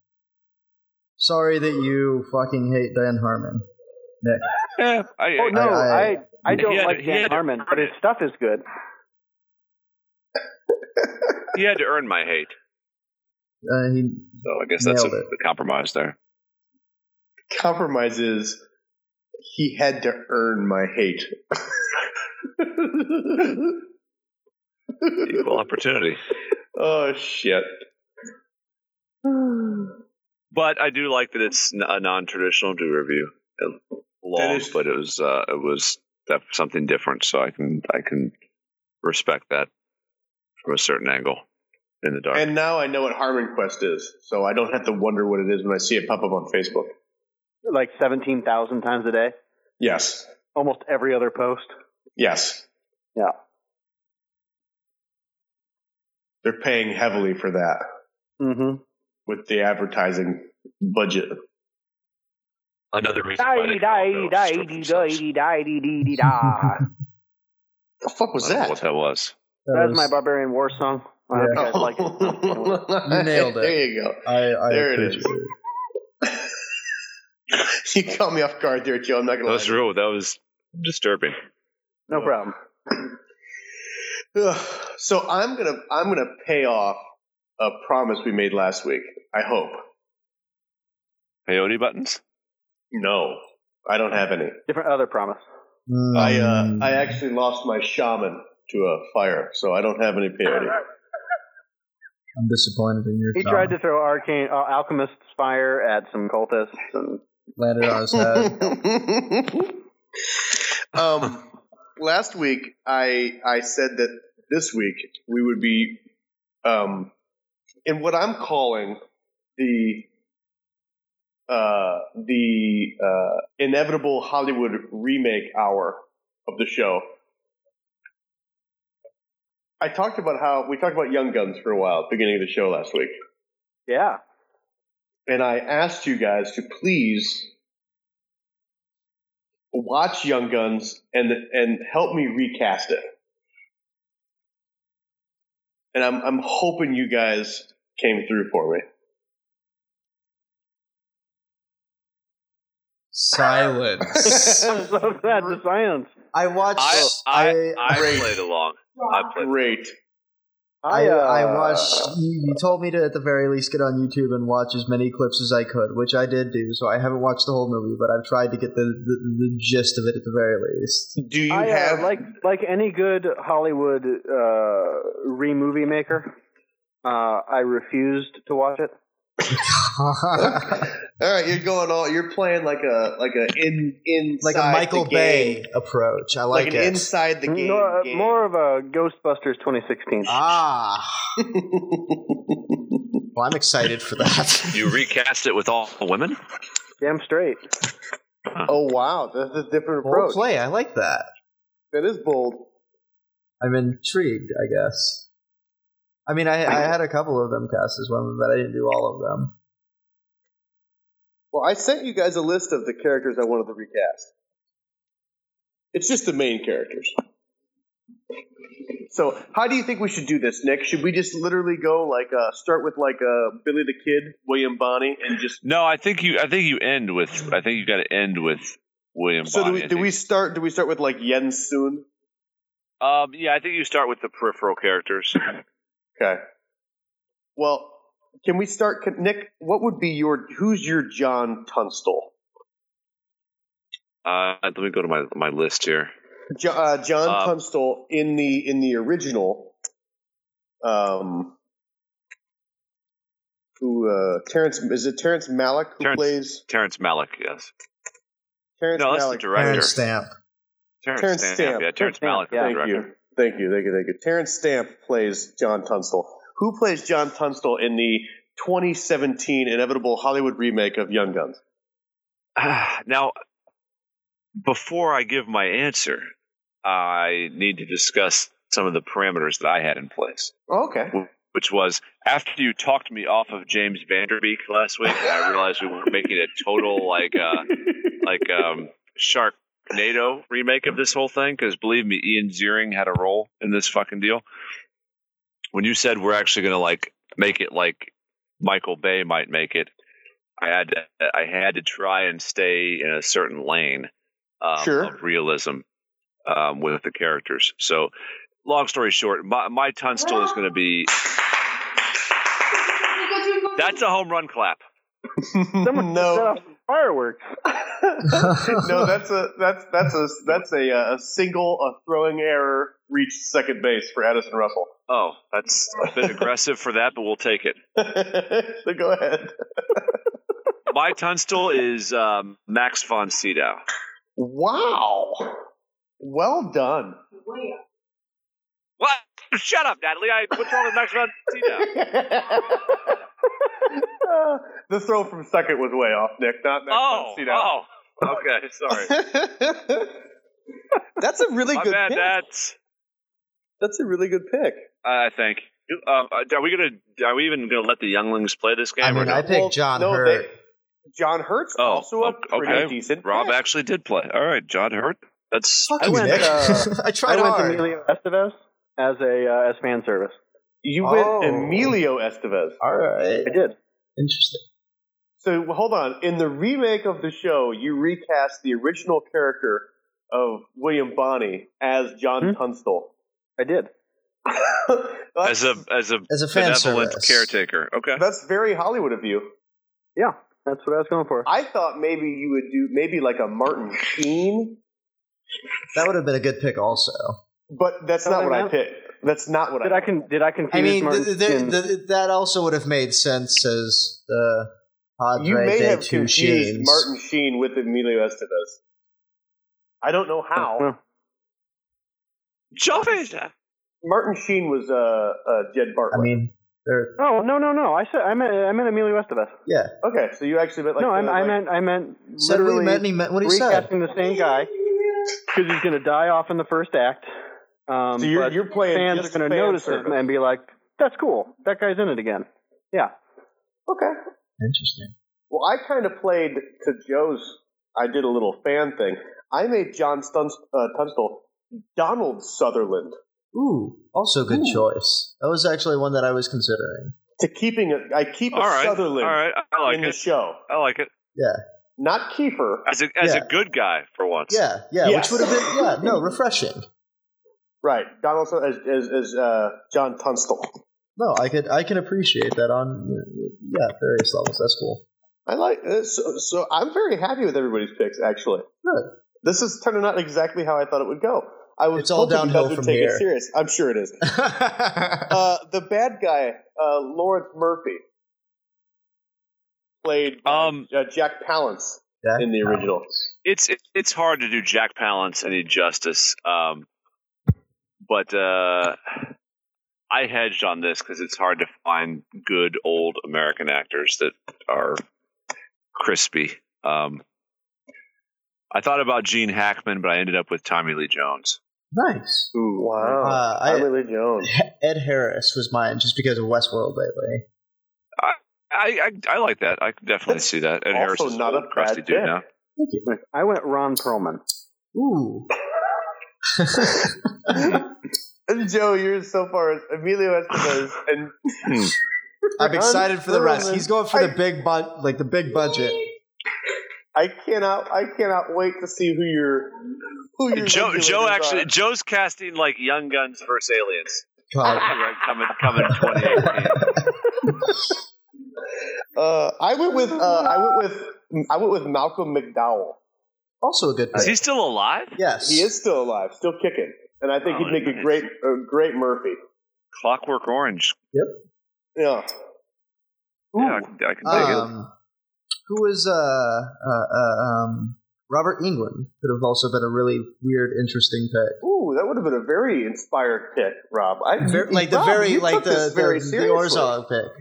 Sorry that you fucking hate Dan Harmon.
yeah, I,
Oh
I-
no, I
I-
I, don't
He had-
like
he had
Dan
to
Harmon,
earn
but his
it.
stuff is good.
he had to earn my hate.
Uh, he,
So I guess that's a,
Nailed it.
the compromise there.
Compromise is he had to earn my hate.
Equal opportunity.
oh shit!
But I do like that it's n- a non-traditional do review. It- Long,
That is-
but it was uh, it was def- something different. So I can I can respect that from a certain angle in the dark.
And now I know what Harmon Quest is, so I don't have to wonder what it is when I see it pop up on Facebook.
Like seventeen thousand times a day,
Yes,
almost every other post.
yes,
Yeah,
they're paying heavily for that
mm-hmm.
with the advertising budget.
Another reason.
Die
why they can all go
die die
strip
die
themselves.
die die dee dee da.
The fuck was
I don't know
that?
what that was?
That's my barbarian war song. I hope you guys like it.
You nailed it.
There you go.
I, I
There it
appreciate
is.
it.
you caught me off guard there, Joe. I'm not
That
gonna.
was
lie.
real. That was disturbing.
No problem.
Ugh. So I'm gonna I'm gonna pay off a promise we made last week. I hope.
Peyote buttons?
No, I don't have any.
Different other promise.
mm,
I
Um.
uh, I actually lost my shaman to a fire, so I don't have any peyote.
I'm disappointed in your.
He tried to throw arcane uh, alchemist's fire at some cultists, and
landed on his head.
um, last week I I said that this week we would be um, in what I'm calling the uh, the uh, inevitable Hollywood remake hour of the show. I talked about how we talked about Young Guns for a while, at the beginning of the show last week
yeah,
and I asked you guys to please watch Young Guns and and help me recast it. And I'm I'm hoping you guys came through for me.
Silence.
I'm so sad. The silence.
I watched.
I I, I,
Great.
played along. I played.
Great.
I,
uh,
I watched. You, you told me to at the very least get on YouTube and watch as many clips as I could, which I did do. So I haven't watched the whole movie, but I've tried to get the the, the gist of it at the very least.
Do you
I, uh,
have
like like any good Hollywood uh, re movie maker. Uh, I refused to watch it.
All right, you're going all you're playing like a like a in in
like a Michael Bay approach. I
like,
like,
an
it.
inside the game.
no, uh,
game.
more of a Ghostbusters 2016.
ah, well, I'm excited for that.
You recast it with all women?
Damn straight.
oh wow, that's a different
Bold
approach.
play. I like that.
That is bold.
I'm intrigued. I guess. I mean, I, I had a couple of them cast as women, but I didn't do all of them.
Well, I sent you guys a list of the characters I wanted to recast. It's just the main characters. So, how do you think we should do this, Nick? Should we just literally go like uh, start with like uh, Billy the Kid, William Bonney, and just
No, I think you I think you end with I think you gotta end with William
so do
Bonney,
we,
I
do we
think.
start? Do we start with like Yen Soon?
um yeah, I think you start with the peripheral characters.
Okay. Well, can we start, can, Nick? What would be your who's your John Tunstall?
Uh let me go to my my list here.
Jo- uh, John
Uh,
Tunstall in the in the original, um, who uh, Terrence is it Terrence Malick who
Terrence-
plays
Terrence Malick, yes.
Terrence
No, that's the
Malick?
director.
Parent stamp.
Terrence,
Terrence
Stamp.
Stamp.
Yeah,
Terrence
Terrence
Stamp,
Malick.
yeah.
is the
Thank
director.
you, thank you, thank you, thank you. Terrence Stamp plays John Tunstall. Who plays John Tunstall in the 2017 inevitable Hollywood remake of Young Guns?
now, before I give my answer, I need to discuss some of the parameters that I had in place,
Oh, okay.
which was after you talked me off of James Vanderbeek last week, and I realized we were making a total like uh, like um, Sharknado remake of this whole thing. Because believe me, Ian Ziering had a role in this fucking deal. When you said we're actually going to like make it like Michael Bay might make it, I had to, I had to try and stay in a certain lane um,
Sure.
of realism um, with the characters. So, long story short, my, my Tunstall is going to be. That's a home run clap.
Someone
No.
set off fireworks.
no, that's a that's that's a that's a, uh, a single a throwing error reach second base for Addison Russell.
Oh, that's a bit aggressive for that, but we'll take it.
so go ahead.
My Tunstall is um, Max von Sydow.
Wow, well done.
What? Shut up, Natalie. I, what's wrong with Max von Sydow?
Uh, the throw from second was way off, Nick. Not Max
Oh,
von Sydow.
oh. Okay, sorry.
that's a really
My
good
bad,
pick.
That's.
That's a really good pick.
I thank you. Um, are we gonna? Are we even gonna let the younglings play this game?
I
or
mean,
no?
I picked John
no,
Hurt.
they- John Hurt's
Oh,
also a
okay.
pretty decent.
Rob
pick.
actually did play. All right, John Hurt. That's
Fuck
I
you,
went,
Nick.
uh,
I
I
tried
went
hard.
to Emilio Estevez as a uh, as fan service.
You went
Oh.
Emilio Estevez.
All right.
I did.
Interesting.
So well, hold on. In the remake of the show, you recast the original character of William Bonney as John
Hmm?
Tunstall.
I did.
as a as a
As a fan
benevolent
service.
caretaker. Okay.
That's very Hollywood of you.
Yeah, that's what I was going for.
I thought maybe you would do maybe like a Martin Sheen,
That would have been a good pick, also.
but that's
No,
not
no,
what I
no.
picked. That's not what
Did
I.
I con- did I confuse
I mean,
Martin
th- th-
Sheen?
th- that also would have made sense as the Padre
you may
de
have
Two
confused
Sheens.
Martin Sheen with Emilio Estevez. I don't know how.
Oh, Well,
Jovita.
Martin Sheen was uh, uh, Jed Bartlett.
I mean, they're
Oh no no no! I said I meant I meant Emilio Estevez.
yeah.
okay, so you actually meant like
no, I,
the,
I
like-
meant I meant
Said what he
literally
meant. and He meant what he said.
recasting the same guy because he's going to die off in the first act. Um,
So you're-
but
you're playing
fans
just
are going to
fan
notice
service.
him and be like, "That's cool. That guy's in it again." Yeah.
okay.
Interesting.
Well, I kind of played to Joe's. I did a little fan thing. I made John Stunst, uh, Tunstall Donald Sutherland
Ooh, also good choice. That was actually one that I was considering.
to keeping a. I keep a
All right.
Sutherland
All right. I like
in the
it.
show,
I like it.
Yeah,
not Kiefer.
As a as
Yeah.
a good guy for once.
yeah, yeah.
Yes.
Which would have been yeah, no, refreshing.
Right, Donald Sun- as as, as uh, John Tunstall.
No, I could I can appreciate that on yeah various levels. That's cool.
I like uh, so, so. I'm very happy with everybody's picks. Actually,
Good.
this is turning out exactly how I thought it would go. I was
It's all
hoping you guys
downhill
would
from
take
here.
It serious, I'm sure it is. Uh, the bad guy, uh, Lawrence Murphy, played by,
Um,
uh, Jack Palance
Jack
in the original.
It's it, it's hard to do Jack Palance any justice. Um, but uh, I hedged on this because it's hard to find good old American actors that are crispy. Um, I thought about Gene Hackman, but I ended up with Tommy Lee Jones.
nice.
Wow,
Uh, I-
Tommy Lee Jones.
Ed Harris was mine just because of Westworld lately.
I I, I like that. I can definitely
That's
see that. And
also
Harris is
not
old,
a
crusty
bad
dude
pick.
now.
Thank you.
I went Ron Perlman.
Ooh.
And Joe, you're so far as Emilio Estevez, and
Hmm. I'm excited for the rest.
Perlman.
He's going for the big bu- like the big budget.
I cannot, I cannot wait to see who your who your
Joe
regulators
Joe
are.
actually Joe's casting like Young Guns versus Aliens.
God.
Right, coming coming 2018.
Uh, I went with uh, I went with I went with Malcolm McDowell.
Also a good
Is
pick.
he still alive?
yes.
He is still alive, still kicking, and I think
Oh,
he'd make a
nice.
great a great Murphy.
Clockwork Orange.
Yeah.
Yeah, I can, I can dig it.
Um, who was uh, uh, uh um Robert England could have also been a really weird, interesting pick.
Ooh, that would have been a very inspired pick, Rob. I,
Ver- like the
Rob,
very
you
like
took
the
this very
the, the
seriously.
Orzog pick,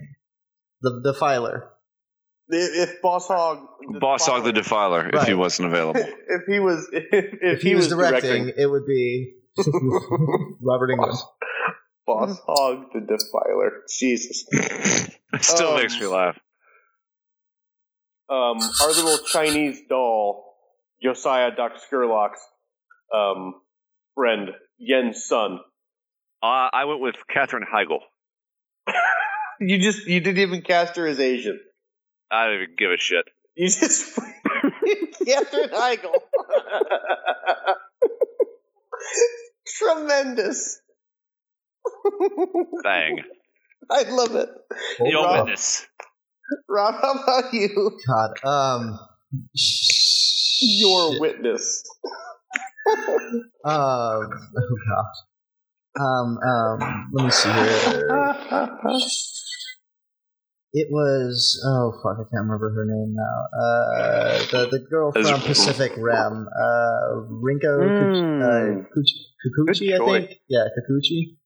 the the filer.
If if Boss Hog,
Boss Hog the Defiler, if he
Right.
wasn't available.
if he was if, if,
If, he, was, directing,
directing
it would be Robert England.
Boss
Mm-hmm.
Hog the Defiler, Jesus.
It still
Um,
makes me laugh.
um, our little Chinese doll, Josiah Doc Skurlock's um, friend, Yen's son.
Uh, I went with Katherine Heigl.
You just you didn't even cast her as Asian.
I don't even give a shit.
You just Catherine Heigl. Tremendous.
Bang.
I love it.
Your
Rob.
witness.
Rob, how about you?
God. Um.
Your
shit.
witness.
Um. Oh God. Um. Um. Let me see here. It was oh fuck, I can't remember her name now. Uh, the the girl
Is-
from Pacific Rim, uh, Rinko
Hmm.
mm. Kikuchi,
Good
I think. Yeah, Kikuchi.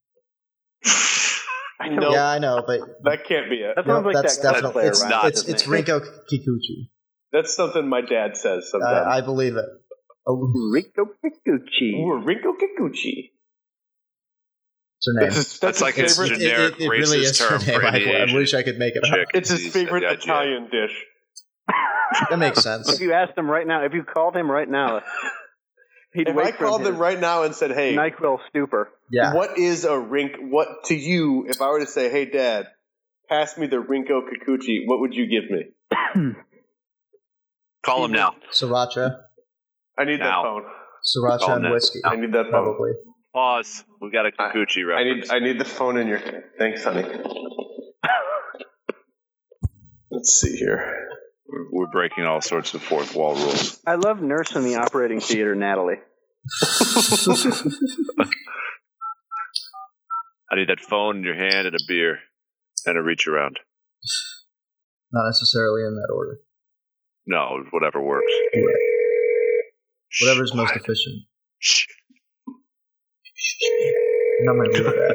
I
No.
know.
Yeah, I know, but
That can't be it.
That sounds
no,
like
that's
that
definitely
player,
it's,
Rob.
not,
it's
doesn't
it's
it?
Rinko Kikuchi.
That's something my dad says sometimes.
Uh, I, I believe it. Oh,
Rico Kikuchi.
Uh, Ooh, Rinko Kikuchi.
what's
That's
her name?
his,
That's
that's
like
his
his
favorite.
gen- generic racist term for
I,
any
I
Asian
wish I could make it up.
Chick
it's his
disease
favorite
at the IGA.
Italian dish.
That makes sense.
If you asked him right now, if you called him right now, he'd
If I
wake
called
from his
them right now and said, "Hey,
Nyquil stupor.
Yeah,
What is a rink? What to you? If I were to say, "Hey, Dad, pass me the Rinko Kikuchi," what would you give me?
Call him now.
Sriracha.
I need
Now.
that phone.
Sriracha
Call
and
that.
whiskey.
I need that phone.
Probably.
Pause. We got a Kikuchi
I
reference.
need I need the phone in your thanks, honey. Let's see here.
We're- We're breaking all sorts of fourth wall rules.
I love Nurse in the Operating Theater, Natalie.
I need that phone in your hand and a beer and a reach around.
Not necessarily in that order.
No, whatever works. Shh,
Whatever's most
quiet.
efficient.
Shh.
Not my real guy.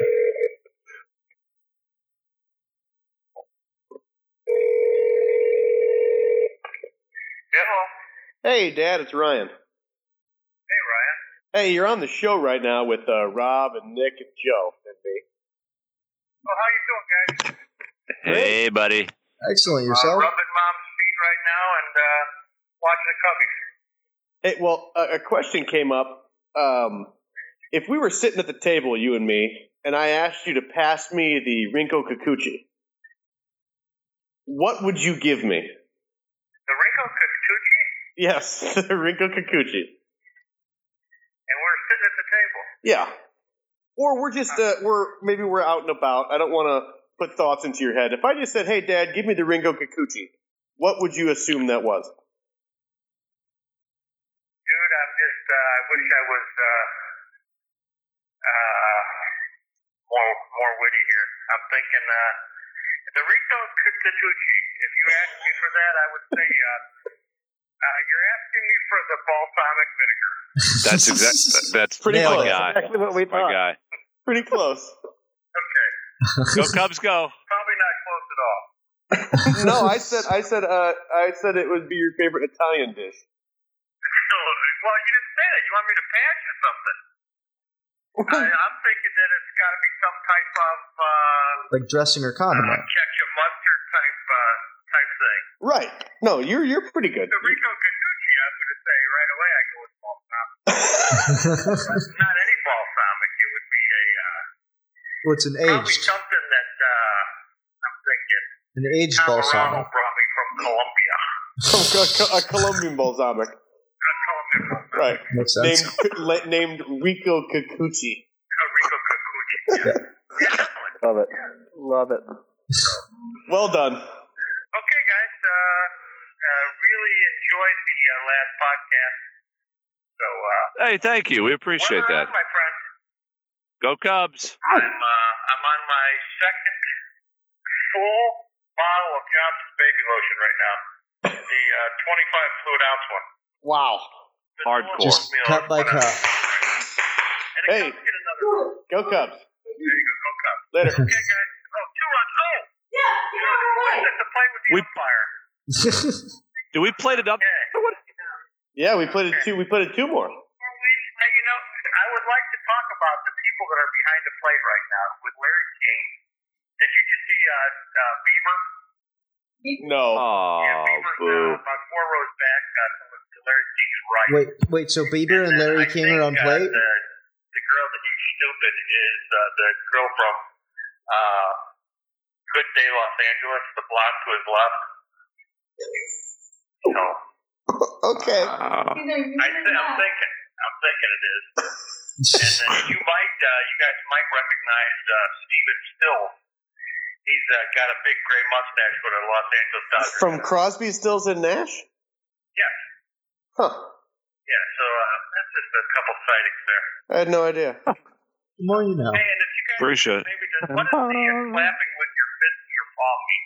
Hey, Dad, it's Ryan. Hey, Ryan. Hey, you're on the show right now with uh, Rob and Nick and Joe and me.
Well, how you doing, guys?
Hey, buddy.
Excellent. Yourself?
Uh, rubbing mom's feet right now
Hey,
and uh, watching the cubbies.
well, a, a question came up. Um, if we were sitting at the table, you and me, and I asked you to pass me the Rinko Kikuchi, what would you give me?
The Rinko Kikuchi,
Yes, the Rinko Kikuchi.
and we're sitting at the table.
Yeah. Or we're just uh, we're maybe we're out and about. I don't want to put thoughts into your head. If I just said, "Hey, Dad, give me the Ringo Kikuchi," what would you assume that was?
Dude, I'm just, uh, I wish I was uh, uh, more more witty here. I'm thinking uh, the Rinko Kikuchi, if you asked me for that, I would say uh, uh, you're asking me for the balsamic vinegar.
That's exact. That's
Pretty
my
close.
guy.
Exactly what we
My
thought.
guy.
Pretty close.
Okay,
Go Cubs, go.
probably not close at all.
no, I said I said uh, I said it would be your favorite Italian dish.
Well, you didn't say that. You want me to pass you something? I, I'm thinking that it's got to be some type of uh,
Like dressing or condiment.
ketchup mustard type uh, type thing.
Right? No, you're you're pretty good.
The Rico Canucci, I'm going to say right away. I go with balsamic. Uh, Not any balsamic. It would be a uh,
What's an
probably
aged?
something that uh, I'm thinking.
An aged
Navarro
balsamic.
brought me from Colombia.
a, a Colombian balsamic,
Colombian balsamic.
right?
Makes sense.
Named la- named Rico Kikuchi.
A Rico Canucci. Yeah. Excellent.
Love it. Love it.
Well done.
Okay, guys. Uh, uh, really enjoyed the uh, last podcast. So, uh,
Hey, thank you. We appreciate
well
that.
done, my friend.
Go Cubs.
I'm uh, I'm on my second full bottle of Johnson's baby lotion right now. The uh, 25 fluid ounce one.
Wow.
The
Hardcore.
Lord
Just
me on
cup by
when I-
cup.
And it
Hey.
comes in another one.
Go Cubs.
There you go, go cup.
Later.
Okay, guys. Oh, two runs. Oh, yeah. That's the play with the
We-
umpire.
Do we plate it up?
Okay.
Yeah, we put it two. We put it two more.
Hey, You know, I would like to talk about the people that are behind the plate right now with Larry King. Did you just see uh, uh, Bieber?
Oh,
No.
Oh,
Bieber's
boo.
uh, about four rows back uh, to to Larry King's right.
Wait, wait. So Bieber and
then
Larry
I
King are on
think, uh,
plate.
The, the girl that you stupid is uh, the girl from uh, Good Day Los Angeles, the blonde to his left. Oh. No,
Okay.
Wow.
I th- I'm thinking, I'm thinking it is. And then you might, uh, you guys might recognize uh, Steven Still. He's uh, got a big gray mustache for the Los Angeles Dodgers.
From Crosby, Stills, and Nash?
Yeah.
Huh.
Yeah, so uh, that's just a couple sightings there.
I had no idea. Uh,
The more you know.
Hey, and if you guys
Appreciate it.
maybe just what is the uh, clapping with your fist and your palm mean?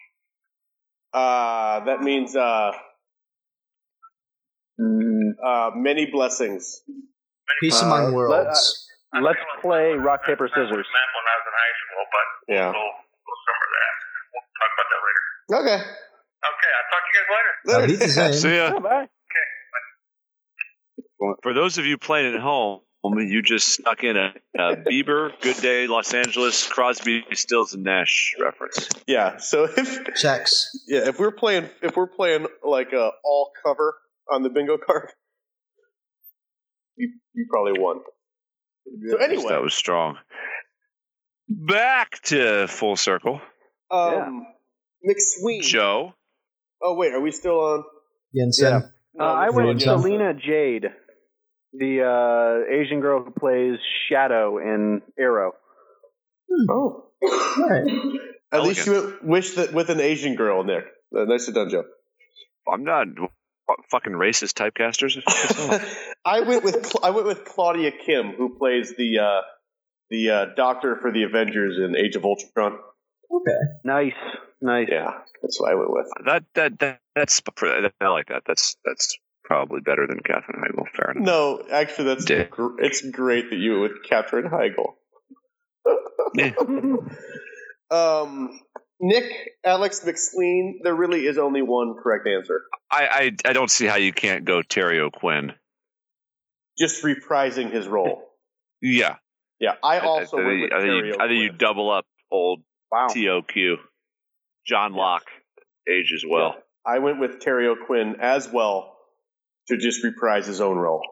Uh, that means uh,
Mm,
uh, many blessings.
Peace
Uh,
among
let-
worlds.
I'm
let's play
feeling-
rock
I
paper
remember
scissors.
that when I was in high school, but
Yeah.
we'll, we'll summer that. We'll talk about
Okay.
that later. Okay, I'll talk to you guys later.
Uh,
There it
beat the
is.
same.
See ya.
Oh, bye.
For those of you playing at home, you just snuck in a, a Bieber, Good Day, Los Angeles, Crosby, Stills, and Nash reference.
Yeah. So if
Checks.
yeah, if we're playing if we're playing like a all cover on the bingo card, you you probably won. So
that
anyway,
was strong. Back to full circle.
um, McSween.
Joe,
Oh wait, are we still on?
Jensen.
Yeah.
Uh, I went Selena Jade, the uh, Asian girl who plays Shadow in Arrow.
Oh. At least you went wish that with an Asian girl in there. Uh, nicely done, Joe.
I'm not what, fucking racist typecasters.
I went with Cla- I went with Claudia Kim, who plays the uh, the uh, doctor for the Avengers in Age of Ultron.
Okay.
Nice, nice.
Yeah, that's what I went with.
That that, that that's I like that. That's that's probably better than Catherine Heigl. Fair enough.
No, actually, that's
Dick.
gr- it's great that you went with Catherine Heigl. um, Nick, Alex McSleen. There really is only one correct answer.
I, I I don't see how you can't go Terry O'Quinn.
Just reprising his role.
Yeah.
Yeah, I also
I,
went with
think, I think
Terry
you, I think you double up old TOQ, John Locke, age as well.
I went with Terry O'Quinn as well to just reprise his own role.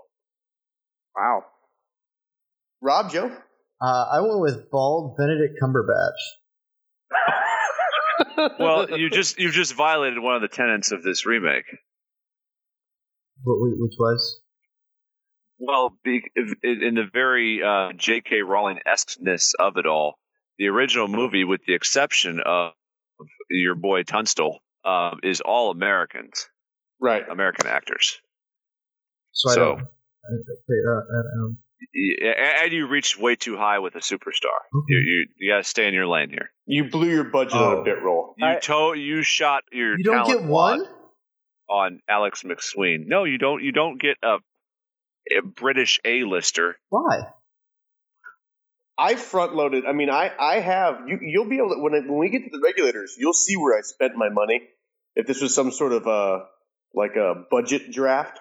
Wow.
Rob, Joe?
Uh, I went with bald Benedict Cumberbatch.
well, you just you've just violated one of the tenets of this remake.
What, we- which was?
Well, be, if- in in the very uh, J.K. Rowling esqueness of it all, the original movie, with the exception of your boy Tunstall, uh, is all Americans,
right?
American actors.
So, I
So-
don't. I don't wait, uh, I don't-
Y- And and you reached way too high with a superstar. You you, you got to stay in your lane here.
You blew your budget
Oh.
on a bit roll.
You to- you shot your
You don't
talent
get one?
wad on Alex McSween. No, you don't. You don't get a, a British A-lister.
Why?
I front loaded. I mean, I, I have. You, you'll be able to, when, I, when we get to the regulators, you'll see where I spent my money. If this was some sort of a, like a budget draft.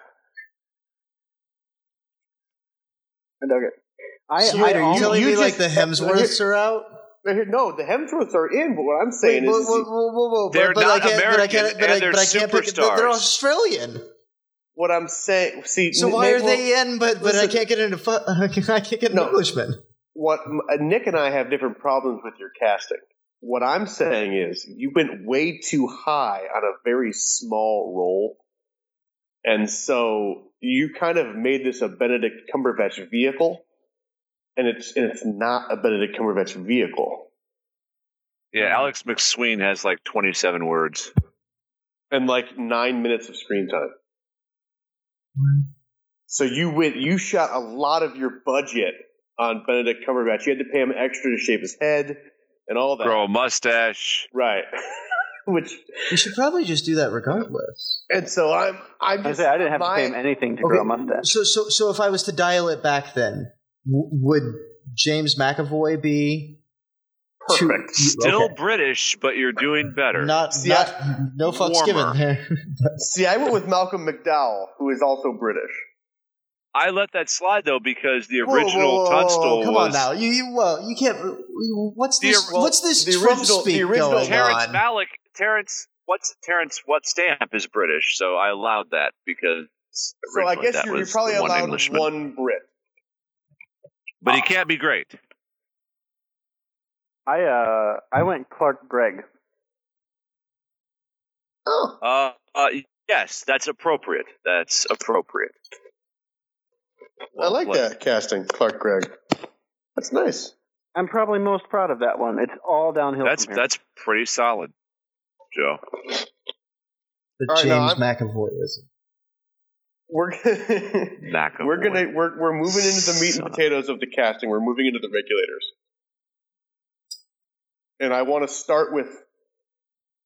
I dug it. I,
So wait,
I
are you
al-
telling
you
me like
just-
the Hemsworths are out?
No, the Hemsworths are in, but what I'm saying
Wait,
is.
whoa, whoa, whoa, whoa, whoa,
They're
but, but I
not
can't, but I
American,
can't, but I,
and they're
but I can't pick. But they're
superstars.
Australian.
what I'm saying. See,
So
N-
why
Nate
are
will-
they in? But but I
listen.
can't get into. Fu- I can't get an
No.
Englishman.
What m- uh, Nick and I have different problems with your casting. What I'm saying is you went way too high on a very small role, and so you kind of made this a Benedict Cumberbatch vehicle, and it's and it's not a Benedict Cumberbatch vehicle.
Yeah, Alex McSween has like 27 words.
and like nine minutes of screen time. So you went, you shot a lot of your budget on Benedict Cumberbatch. You had to pay him extra to shave his head and all that,
Grow a mustache.
right? Which
We should probably just do that regardless.
and so I'm, I'm
I
just,
say I didn't have
my-
to pay him anything to grow a mustache.
So so so if I was to dial it back, then w- would James McAvoy be too-
Perfect.
Still
okay.
British, but you're doing better.
Not,
See,
not no fucks
Warmer.
given there.
See, I went with Malcolm McDowell, who is also British.
I let that slide though because the
Whoa, whoa,
original
whoa, whoa,
Tunstall
Come
was
on now, you you well, you can't. you- What's
The-
this?
well,
what's this
the
Trump
original- the
speak
original
going
Terrence
on?
Malick. Terrence, what's Terrence? What stamp is British? So I allowed that because
So I
originally
guess
that
you're, you're
was
probably
the one
allowed
Englishman.
one Brit.
but he can't be great.
Uh, I uh I went Clark Gregg.
Oh,
Uh, uh, yes, that's appropriate. That's appropriate.
I like
Well,
that casting, Clark Gregg. That's nice.
I'm probably most proud of that one. It's all downhill.
That's
from here.
that's pretty solid, Joe.
The
All right, no,
James McAvoy is.
We're
McAvoy.
We're gonna we're we're moving into the meat
Son
and
of-
potatoes of the casting. We're moving into the regulators. And I want to start with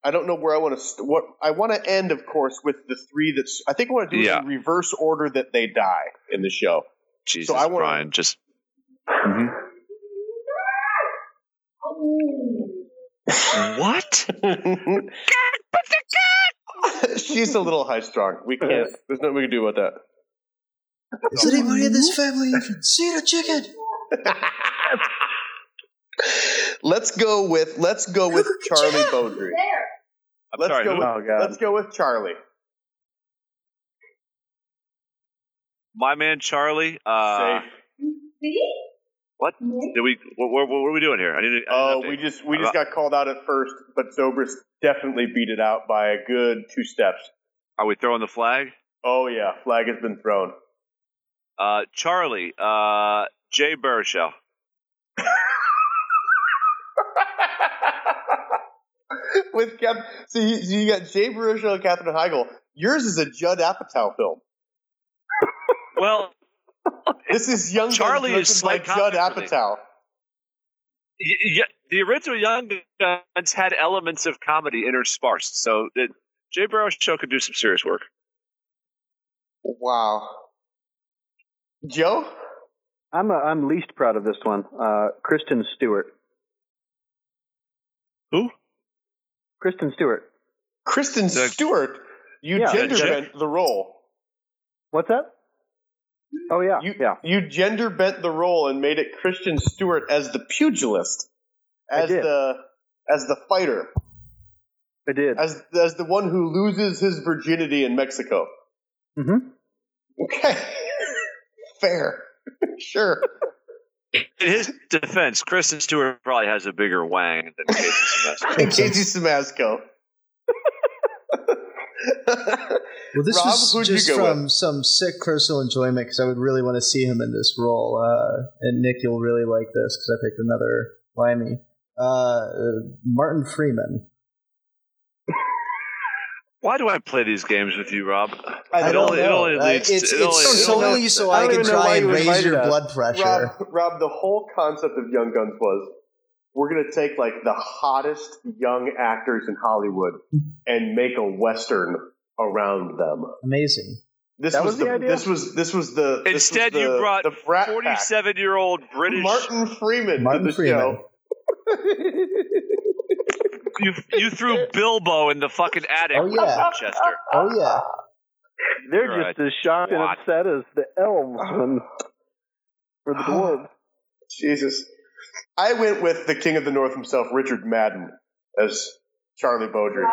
I don't know where I want to st- what I want to end of course with the three that's I think I want to do it
Yeah.
in reverse order that they die in the show.
Jesus,
I wanna-
Brian,
Mm-hmm.
just what?
She's a little high strung. We can't there's nothing we can do about
Is anybody in this family even seen a chicken?
that. Let's go with let's go with Charlie Beaudry.
I'm
Let's
sorry.
go
who-
with
Oh, God.
let's go with Charlie.
my man Charlie. Uh,
Safe.
what did we? What, what, what are we doing here? I need. A, I
Oh,
need an
we
update.
just we just got called out at first, but Zobris definitely beat it out by a good two steps.
Are we throwing the flag?
Oh yeah, flag has been thrown.
Uh, Charlie, uh, Jay Baruchel.
With Cap- so you, so you got Jay Baruchel and Catherine Heigl. Yours is a Judd Apatow film.
well,
this is young Guns
Charlie is
directed by Judd
psychotic for me.
Apatow.
Y- yeah, the original Young Guns had elements of comedy interspersed, so the Jay Baruchel could do some serious work.
Wow. Joe?
I'm, uh, I'm least proud of this one. Uh, Kristen Stewart.
Who?
Kristen Stewart.
Kristen Stewart, you
Yeah.
gender
The chick?
bent the role.
What's that? Oh yeah,
you,
yeah.
You gender bent the role and made it Christian Stewart as the pugilist,
I
as
did.
the as the fighter,
I did.
as as the one who loses his virginity in Mexico.
Mm-hmm.
Okay, fair, sure.
In his defense, Kristen Stewart probably has a bigger wang than Casey Semester.
Casey Samasco.
Well, this
Rob,
was
who'd you
just
go
from some sick personal enjoyment because I would really want to see him in this role. Uh, and Nick, you'll really like this because I picked another limey. Uh, Martin Freeman.
Why do I play these games with you, Rob?
I
it
don't
only, It
know.
only
Uh,
leads
it's
to, it only,
it's
it only-
solely so
I
I,
don't
can
even know why
try and
you
raise
invited
your
us.
blood pressure.
Rob, Rob, the whole concept of Young Guns was we're going to take like the hottest young actors in Hollywood
Mm-hmm.
and make a western around them.
Amazing.
This
That
was,
was the idea?
This was this was the. this was
Instead,
the-
you brought
the Brat Pack.
forty-seven-year-old British.
Martin Freeman
Martin
to the
Freeman.
show.
You you threw Bilbo in the fucking attic
Oh,
with
yeah.
Winchester.
Oh yeah.
They're
You're
just as shocked
twat.
and upset as the elves and or the dwarves.
Jesus, I went with the King of the North himself, Richard Madden, as Charlie Bowdre.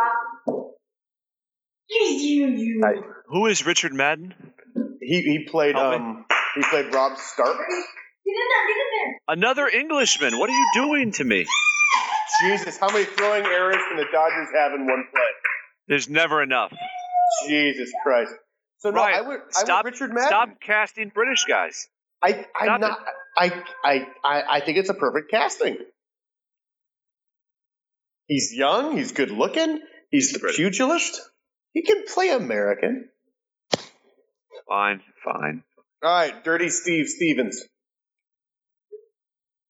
I-
Who is Richard Madden?
He he played
Help me.
um he played Rob Stark.
Another Englishman. What are you doing to me?
Jesus, how many throwing errors can the Dodgers have in one play?
There's never enough.
Jesus Christ! So no,
Right.
I would I
Stop-
would Richard Madden.
Stop casting British guys.
I
stop
I'm not. I, I I I think it's a perfect casting. He's young. He's good looking. He's the
British.
pugilist. He can play American.
Fine, fine.
All right, Dirty Steve Stevens.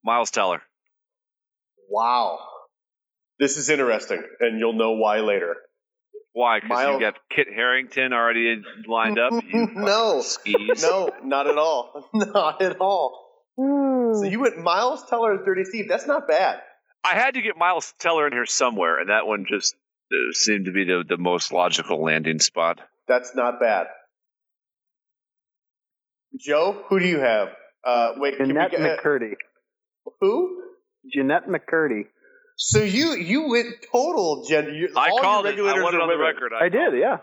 Miles Teller.
Wow, this is interesting, and you'll know why later.
Why? Because
Miles-
you got Kit Harrington already in- lined up. You fucking
No.
skis.
No, not at all. Not at all. So you went Miles Teller as Dirty Steve. That's not bad.
I had to get Miles Teller in here somewhere, and that one just uh, seemed to be the, the most logical landing spot.
That's not bad. Joe, who do you have? Uh, wait, can
Jeanette
we get,
McCurdy.
who?
Jeanette McCurdy.
So you you went total gender. You,
I
all
called
your
it. I
regulators
want it
are
on the
women.
record.
I did. Yeah,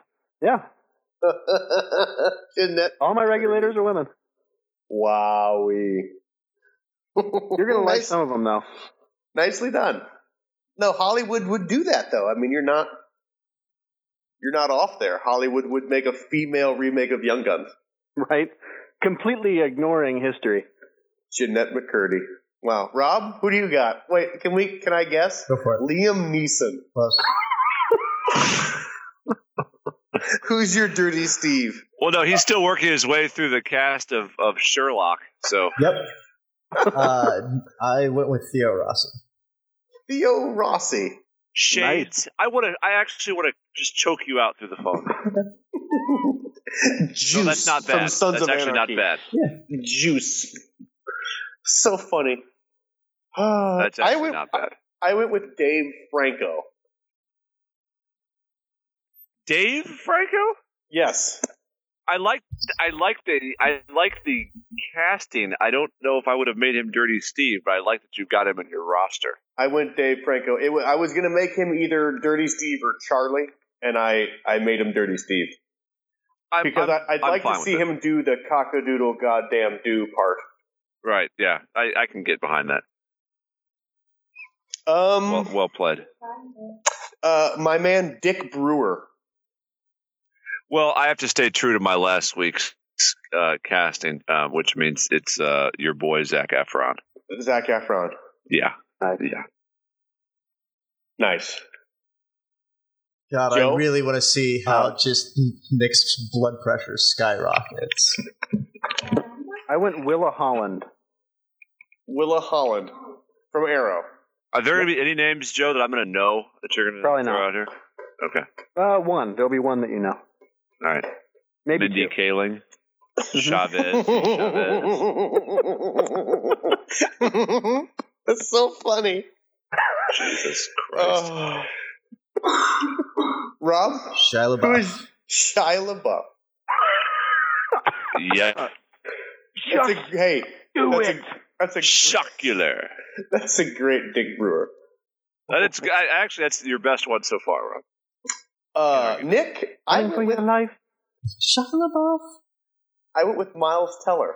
yeah.
Isn't that
All my regulators are women.
wowie?
You're gonna like
Nice-
some of them though.
Nicely done. No, Hollywood would do that though. I mean, you're not you're not off there. Hollywood would make a female remake of Young Guns.
right? Completely ignoring history.
Jeanette McCurdy. Wow, Rob, who do you got? Wait, can we? Can I guess?
Go for it.
Liam Neeson.
Close.
Who's your dirty Steve?
Well, no, he's still working his way through the cast of, of Sherlock. So
Yep. uh, I went with Theo Rossi.
Theo Rossi.
shades. I want to. I actually want to just choke you out through the phone.
Juice.
No, that's not
from
bad.
Sons
that's
of
actually
Anarchy.
not bad.
Juice. So funny. Uh,
That's
I
actually
went.
not bad.
I went with Dave Franco.
Dave Franco.
Yes.
I like. I like the. I like the casting. I don't know if I would have made him Dirty Steve, but I like that you got him in your roster.
I went Dave Franco. It wa- I was going to make him either Dirty Steve or Charlie, and I, I made him Dirty Steve
I'm,
because
I'm-
I, would
I'm
like
fine
to
with
see
it.
him do the cockadoodle goddamn do part.
Right. Yeah. I, I can get behind that.
Um,
Well, well played.
uh, my man Dick Brewer.
Well, I have to stay true to my last week's uh, casting, uh, which means it's uh, your boy Zach Efron.
Zach Efron.
Yeah,
yeah. Nice.
God,
Joe?
I really want to see how just Nick's blood pressure skyrockets.
I went Willa Holland.
Willa Holland from Arrow.
Are there going to be any names, Joe, that I'm going to know that you're going to
Probably
throw
not.
out here? Okay.
Uh, one. There'll be one that you know.
All right.
Maybe
Mindy Kaling, Chavez, Chavez.
That's so funny.
Jesus Christ.
Oh. Rob, who
Shia LaBeouf.
is Shia LaBeouf?
yeah.
That's a, hey,
Do
that's
it.
a that's a
Shocular.
that's a great Dick Brewer.
That it's I- actually that's your best one so far, Rob.
Uh, Nick, I
I'm for
went,
your
with,
life.
Shia LaBeouf?
I went with Miles Teller.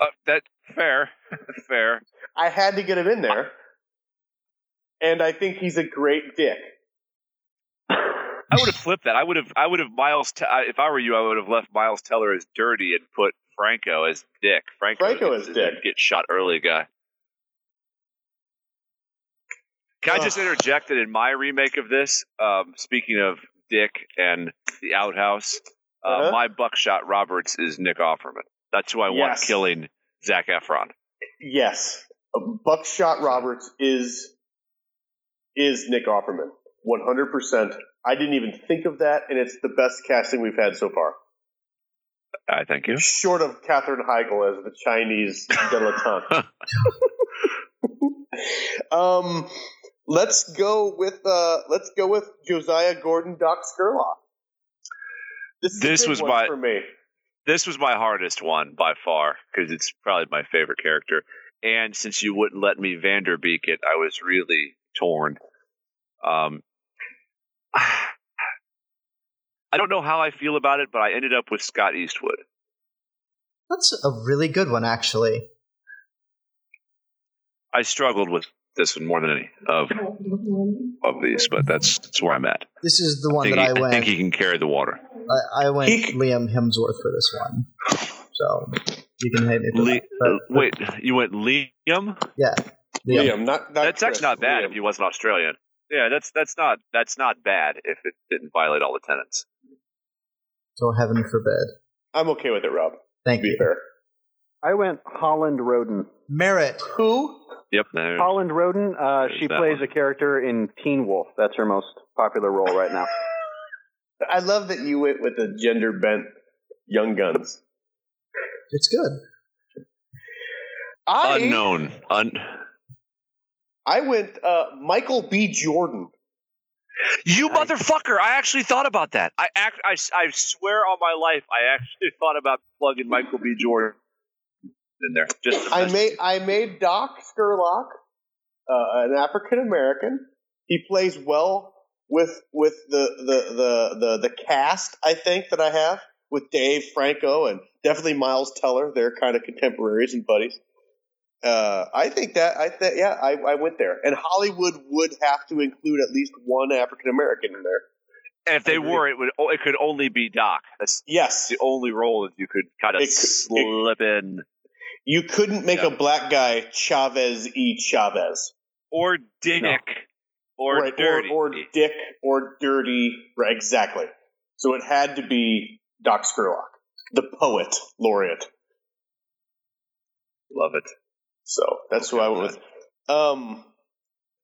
Uh, that fair, fair.
I had to get him in there, and I think he's a great Dick.
I would have flipped that. I would have. I would have Miles. Te- I- if I were you, I would have left Miles Teller as dirty and put Franco as Dick. Franco,
Franco
is,
as Dick.
Get shot early, guy. Can I just
Ugh.
interject that in my remake of this, um, speaking of Dick and the outhouse, uh,
Uh-huh.
my Buckshot Roberts is Nick Offerman. That's who I want
Yes.
killing Zach Efron.
Yes, Buckshot Roberts is is Nick Offerman, one hundred percent. I didn't even think of that, and it's the best casting we've had so far,
I thank you.
short of Katherine Heigl as the Chinese dilettante. um, let's go with uh, let's go with Josiah Gordon, Doc Skurlock. This, is a
This
big
was
one
my-
for me.
this was my hardest one by far because it's probably my favorite character. And since you wouldn't let me Vanderbeek it, I was really torn. Um, I don't know how I feel about it, but I ended up with Scott Eastwood.
That's a really good one, actually.
I struggled with this one more than any of of these, but that's that's where I'm at.
This is the
I
one
think,
that I
he, I
went. I,
think he can carry the water.
I went
He-
Liam Hemsworth for this one. So you can hate me for
Le-
that. But,
uh,
but
wait, you went Liam?
yeah, Liam.
Liam, not, not
That's
Chris,
actually not bad
Liam.
if he wasn't Australian. Yeah, that's that's not that's not bad if it didn't violate all the tenets.
So heaven forbid.
I'm okay with it, Rob. To
Thank
be
you.
fair,
I went Holland Roden.
Merit.
who?
Yep. There.
Holland Roden. Uh,
There's
she
that
plays
one.
a character in Teen Wolf. That's her most popular role right now.
I love that you went with the gender bent Young Guns.
It's good.
Uh,
I
Unknown. Un-
I went uh, Michael B. Jordan.
you motherfucker! I actually thought about that. I act. I, s- I swear on my life, I actually thought about plugging Michael B. Jordan in there. Just
I made I made Doc Skurlock, uh, an African American. He plays well with with the, the the the the cast. I think that I have with Dave Franco and definitely Miles Teller. They're kind of contemporaries and buddies. Uh, I think that I think yeah I, I went there and Hollywood would have to include at least one African American in there.
and if
I
they
agree.
were, it would. oh, It could only be Doc. That's
Yes,
the only role that you could kind of
It could- it-
slip in,
you couldn't make
Yeah.
a black guy Chavez E. Chavez.
or Dick, or
Right,
Dirty.
or, or dick or dirty. Right, exactly. So it had to be Doc Scurlock, the poet laureate.
Love it.
So that's who I went with. Um,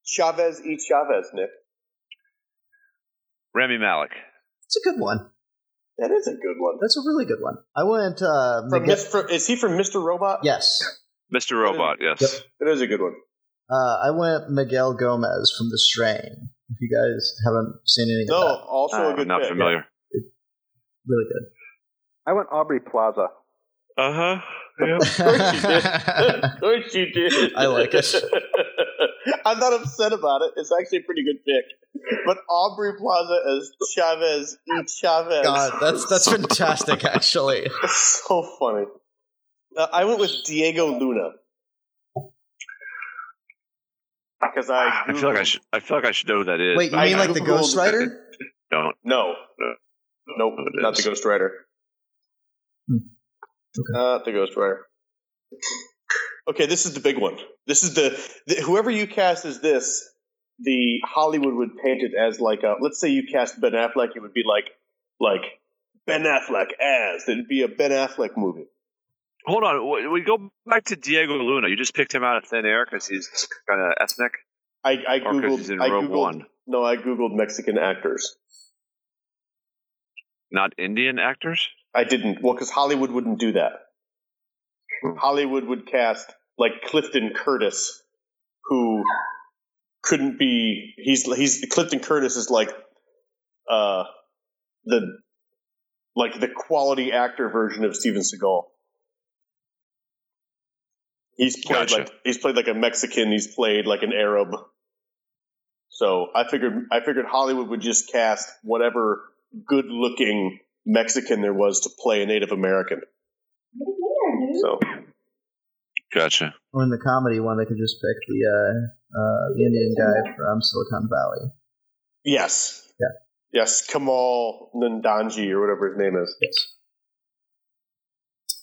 Chavez E. Chavez, Nick.
Remy Malik.
It's a good one.
That is a good one.
That's a really good one. I went uh,
From
Miguel-
Mis- from- is he from Mr. Robot?
yes.
Mr. Robot, yes.
Yep.
That is a good one.
Uh, I went Miguel Gomez from The Strain. If you guys haven't seen any
No,
of that,
also a
Uh,
good
I'm not
pick.
familiar.
really good.
I went Aubrey Plaza.
Uh huh.
Of course you did.
I like it.
I'm not upset about it. It's actually a pretty good pick. But Aubrey Plaza as Chavez E. Chavez.
God, Uh, that's that's fantastic. Actually,
It's so funny. Uh, I went with Diego Luna because I.
I feel like I should. I feel like I should know who that is.
wait, you
but
mean
I
like the
Googled-
Ghost Rider?
don't.
No, Nope,
It
not the
is.
Ghost Rider.
Hmm.
Not the Ghost Rider. Okay, this is the big one. This is the, the whoever you cast as this, the Hollywood would paint it as like a. Let's say you cast Ben Affleck, it would be like like Ben Affleck as. It'd be a Ben Affleck movie.
Hold on. w- We go back to Diego Luna. You just picked him out of thin air because he's kind of ethnic.
I, I
Or Oh, 'cause
googled.
he's in
I
Rogue
googled.
One.
No, I googled Mexican actors.
Not Indian actors?
I didn't. Well, because Hollywood wouldn't do that. Hollywood would cast like Clifton Curtis, who couldn't be. He's he's Clifton Curtis is like uh the like the quality actor version of Steven Seagal. He's played
Gotcha.
like he's played like a Mexican. He's played like an Arab. So I figured I figured Hollywood would just cast whatever good looking Mexican there was to play a Native American. So
Gotcha.
Or in the comedy one, they could just pick the uh, uh, the Indian guy from Silicon Valley.
yes,
Yeah.
yes, Kamal Nandanji or whatever his name is.
Yes.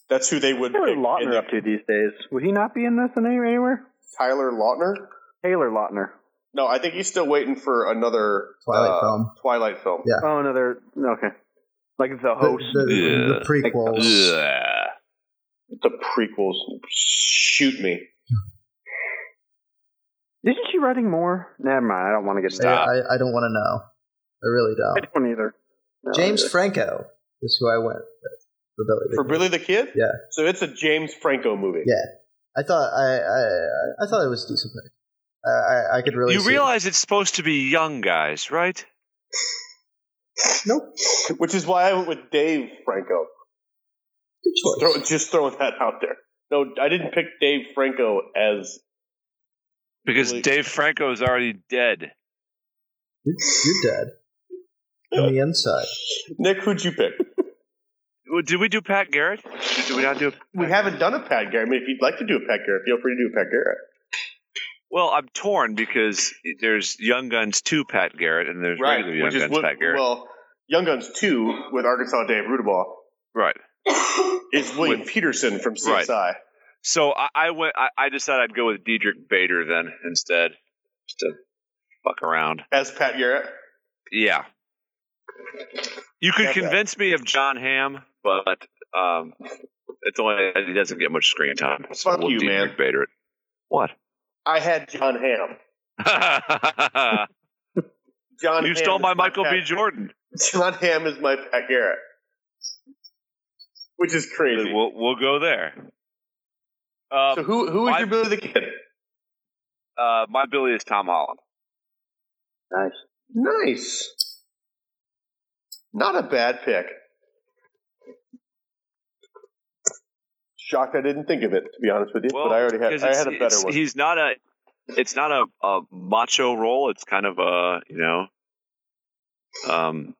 That's who they would.
Taylor
pick.
Lautner up to these days. Would he not be in this in any- anywhere?
Tyler Lautner.
Taylor Lautner.
No, I think he's still waiting for another
Twilight
uh,
film.
Twilight film.
Yeah.
Oh, another. Okay. Like the
The,
host.
the,
Yeah.
the prequels.
Yeah.
The prequels. Shoot me.
Isn't she writing more? Never mind. I don't want to get into
I,
that.
I, I don't want to know. I really
I
don't.
don't either. No,
James
either.
Franco is who I went with for Billy. the
For
Kid.
Billy the Kid?
Yeah.
So it's a James Franco movie.
Yeah. I thought I I, I thought it was a decent pick. I, I I could really
You
see-
realize it's supposed to be young guys, right?
Which is why I went with Dave Franco.
Good
Just,
choice.
throw, just throwing that out there. No, I didn't pick Dave Franco as.
Because
Really?
Dave Franco is already dead.
You're, you're dead on the inside.
Nick, who'd you pick?
Well, Did we do Pat Garrett? Did we not do?
We haven't done a Pat Garrett. I mean, if you'd like to do a Pat Garrett, feel free to do a Pat Garrett.
Well, I'm torn because there's Young Guns 2 Pat Garrett and there's regular Young
Which is
Guns
what,
Pat Garrett.
well, Young Guns 2 with Arkansas Dave Rudabaugh
right.
is William Peterson from CSI.
So I, I went. I, I decided I'd go with Diedrich Bader then instead, just to fuck around.
As Pat Garrett?
Yeah. You could
Okay.
convince me of John Hamm, but um, it's only he doesn't get much screen time. So
Fuck
we'll
you,
Diedrich
man.
Bader it. What?
I had John Hamm. John
you
Hamm
stole
is
my Michael
Pat-
B. Jordan.
John Hamm is my Pat Garrett, which is crazy.
We'll we'll go there. Um,
so who who is
my-
your Billy the Kid?
uh, my Billy is Tom Holland.
Nice.
Nice, not a bad pick. Shocked I didn't think of it to be honest with you, but I already had
'cause
I
it's-
had a better
it's-
one.
He's not a. It's not a, a macho role. It's kind of a you know. Um.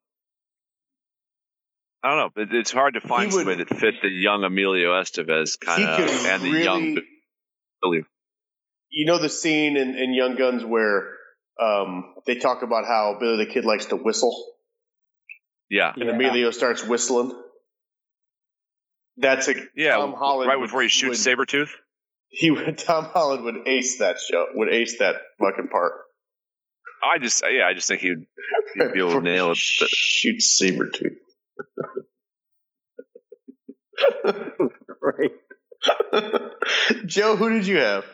I don't know. It, it's hard to find
He would-
somebody that fit the young Emilio Estevez kind of and the young Billy.
you know the scene in, in Young Guns where um, they talk about how Billy the Kid likes to whistle,
Yeah,
and Emilio starts whistling. That's a
yeah.
Tom Holland
right before he
would-
shoots
would-
Sabretooth.
he would Tom Holland would ace that show, would ace that fucking part.
I just yeah, I just think he'd, he'd be able to nail it. but-
Shoot Sabretooth.
Right.
Joe, who did you have?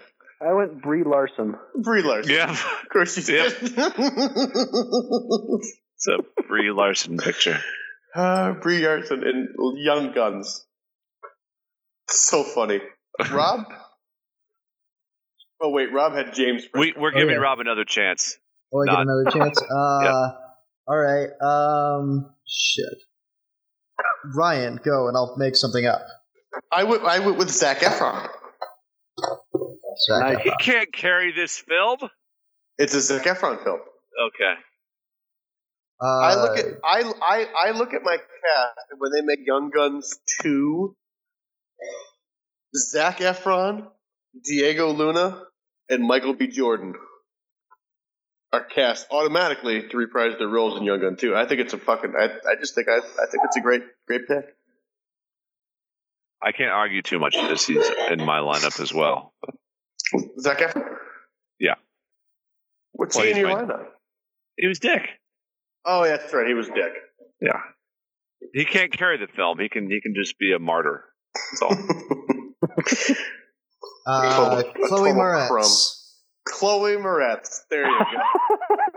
I went Brie Larson.
Brie Larson.
yeah,
Of course you
Yep.
did.
it's a Brie Larson picture.
uh, Brie Larson and Young Guns. So funny. Rob? oh, wait. Rob had James. Franco.
We, we're
Oh,
giving
yeah.
Rob another chance.
Oh, I get
Not-
another chance. Uh, All right. Um, shit. Ryan, go and I'll make something up.
I, went, I went with Zach Efron.
Zach
Nice.
Efron.
He can't carry this film.
It's a Zach Efron film.
Okay.
Uh,
I look at I, I I look at my cast and when they make Young Guns two, Zach Efron, Diego Luna, and Michael B. Jordan. are cast automatically to reprise their roles in Young Gun 2. I think it's a fucking. I, I just think I, I think it's a great great pick.
I can't argue too much with this. He's in my lineup as well.
Zach Efron.
Yeah.
What's
Well,
he in
he's
your
my-
lineup?
He was Dick.
Oh, yeah, that's right. He was Dick.
Yeah. He can't carry the film. He can he can just be a martyr. That's all.
Uh,
Total- a
Chloe
total
Moretz.
crumb. Chloe Moretz. There you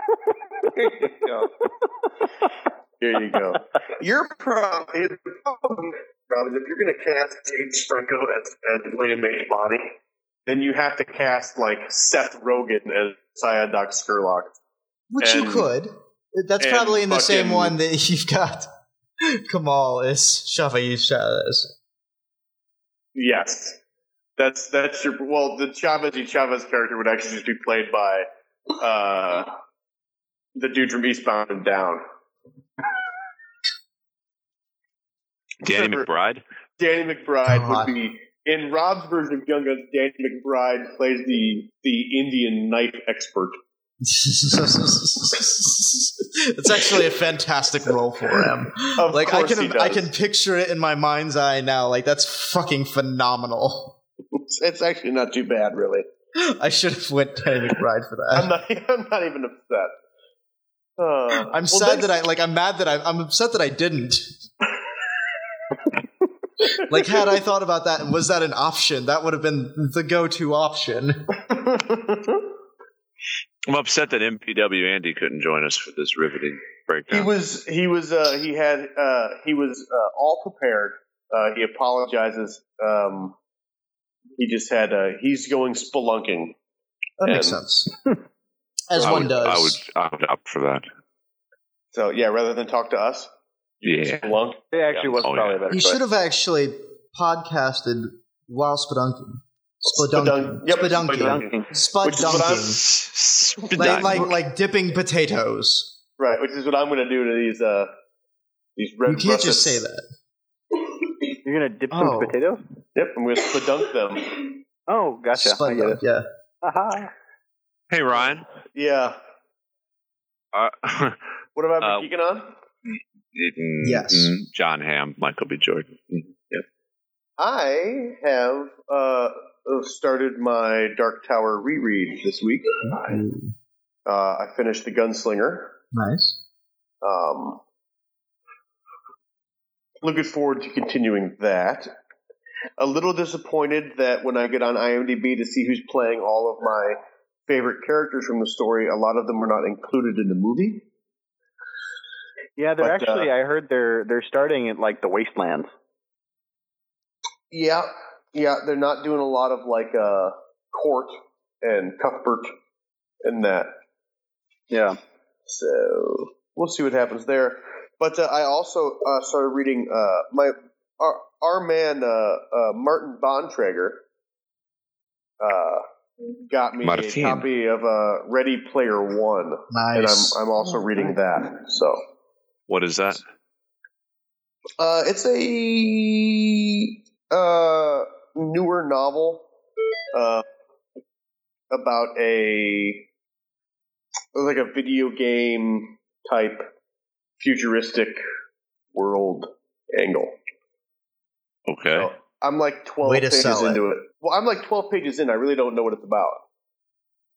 go. there you go. There you go. Your problem is the problem Rob, is if you're going to cast James Franco as, as William H. Body, then you have to cast like Seth Rogen as Saya Doc Skurlock.
Which you
And-
could. That's
and
probably in the same
fucking-
one that you've got. Kamal is Shafi Chavez.
Yes, that's that's your well. The Chavez y Chavez character would actually just be played by uh, the dude from Eastbound and Down,
Danny McBride.
Danny McBride
God.
would be in Rob's version of Young Guns. Danny McBride plays the the Indian knife expert.
it's actually a fantastic role for him.
Of
like I
course
can
he does.
I can picture it in my mind's eye now. Like that's fucking phenomenal.
It's, it's actually not too bad, really.
I should have went Danny McBride for that.
I'm not I'm not even upset. Uh,
I'm
well,
sad
thanks-
that I like. I'm mad that I. I'm upset that I didn't. like, had I thought about that, and was that an option? That would have been the go-to option.
I'm upset that MPW Andy couldn't join us for this riveting
He
breakdown.
was he was uh, he had uh, he was uh, all prepared. Uh, he apologizes. Um, he just had uh, he's going spelunking.
That makes
And-
sense. As
I
one
would,
does.
I would I would opt for that.
So yeah, rather than talk to us, you
Yeah.
spelunk.
It actually was
Oh,
probably
yeah.
a better.
You
choice.
should have actually podcasted while spedunking.
Spedunk-
Spedunking.
yep,
Spedunking.
Dunking.
Which is what I'm-
Spedunking. Like, like, like dipping potatoes.
Right, which is what I'm going to do to these uh, these red.
You can't just
russets.
say that.
You're gonna dip some
Oh.
potatoes.
Yep, I'm going to spedunk them.
Oh, gotcha. I get
Spedunk,
it.
yeah.
Aha.
Hey Ryan.
Yeah.
Uh,
What about
Uh,
Keegan on?
Yes.
mm, John Hamm, Michael B. Jordan. Mm, Yep.
I have uh, started my Dark Tower reread this week.
Ooh,
Uh, I finished The Gunslinger.
Nice.
Um, looking forward to continuing that. A little disappointed that when I get on IMDb to see who's playing all of my favorite characters from the story, a lot of them are not included in the movie.
Yeah, they're
But, uh,
actually. I heard they're they're starting at like the wastelands.
Yeah, yeah, they're not doing a lot of like uh, Court and Cuthbert and that.
Yeah.
So we'll see what happens there. But uh, I also uh, started reading uh, my our, our man uh, uh, Martin Bontrager uh, got me
Martin.
a copy of uh, Ready Player One, and I'm
Nice.
I'm also reading that. So
What is that?
uh, it's a uh, newer novel uh, about a like a video game type futuristic world angle.
Okay.
So I'm like twelve
Way to
pages
sell it.
into it. Well, I'm like twelve pages in. I really don't know what it's about.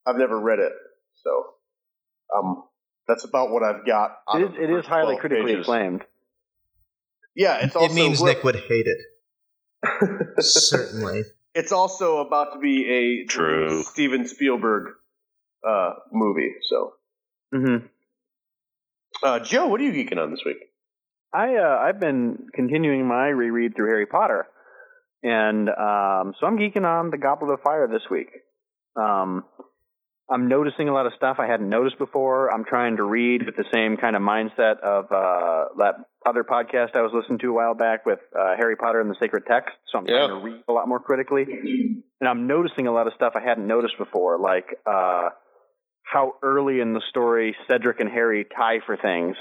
I've never read it, so um, that's about what I've got. out
It is,
of the
it is
first
highly
12
critically
pages.
acclaimed.
Yeah, it's also
it means
whoe-
Nick would hate it. Certainly.
it's also about to be a
True.
Steven Spielberg uh, movie. So,
Mm-hmm.
uh, Joe, what are you geeking on this week?
I uh, I've been continuing my reread through Harry Potter, and um, so I'm geeking on the Goblet of Fire this week. Um, I'm noticing a lot of stuff I hadn't noticed before. I'm trying to read with the same kind of mindset of uh, that other podcast I was listening to a while back with uh, Harry Potter and the Sacred Text. So I'm
Yeah.
trying to read a lot more critically, and I'm noticing a lot of stuff I hadn't noticed before, like uh, how early in the story Cedric and Harry tie for things,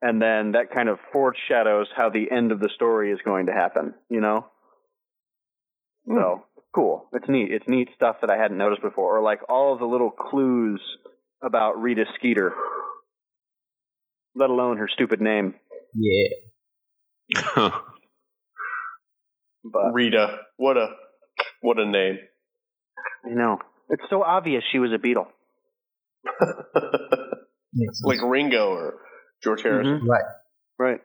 and then that kind of foreshadows how the end of the story is going to happen. You know. So cool. It's neat. It's neat stuff that I hadn't noticed before, or like all of the little clues about Rita Skeeter, let alone her stupid name.
Yeah.
Oh.
Uh,
But
Rita, what a what a name.
you know, it's so obvious she was a Beatle.
like Ringo or George Harrison.
Right.
Right.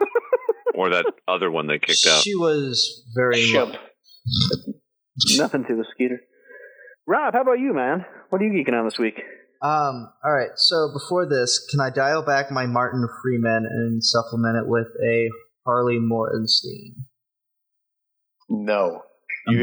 or that other one they kicked out.
She was very
Shemp.
Nothing to the Skeeter. Rob, how about you, man? What are you geeking on this week?
Um, all right. So before this, can I dial back my Martin Freeman and supplement it with a Harley Morgenstein?
No.
No.
I'm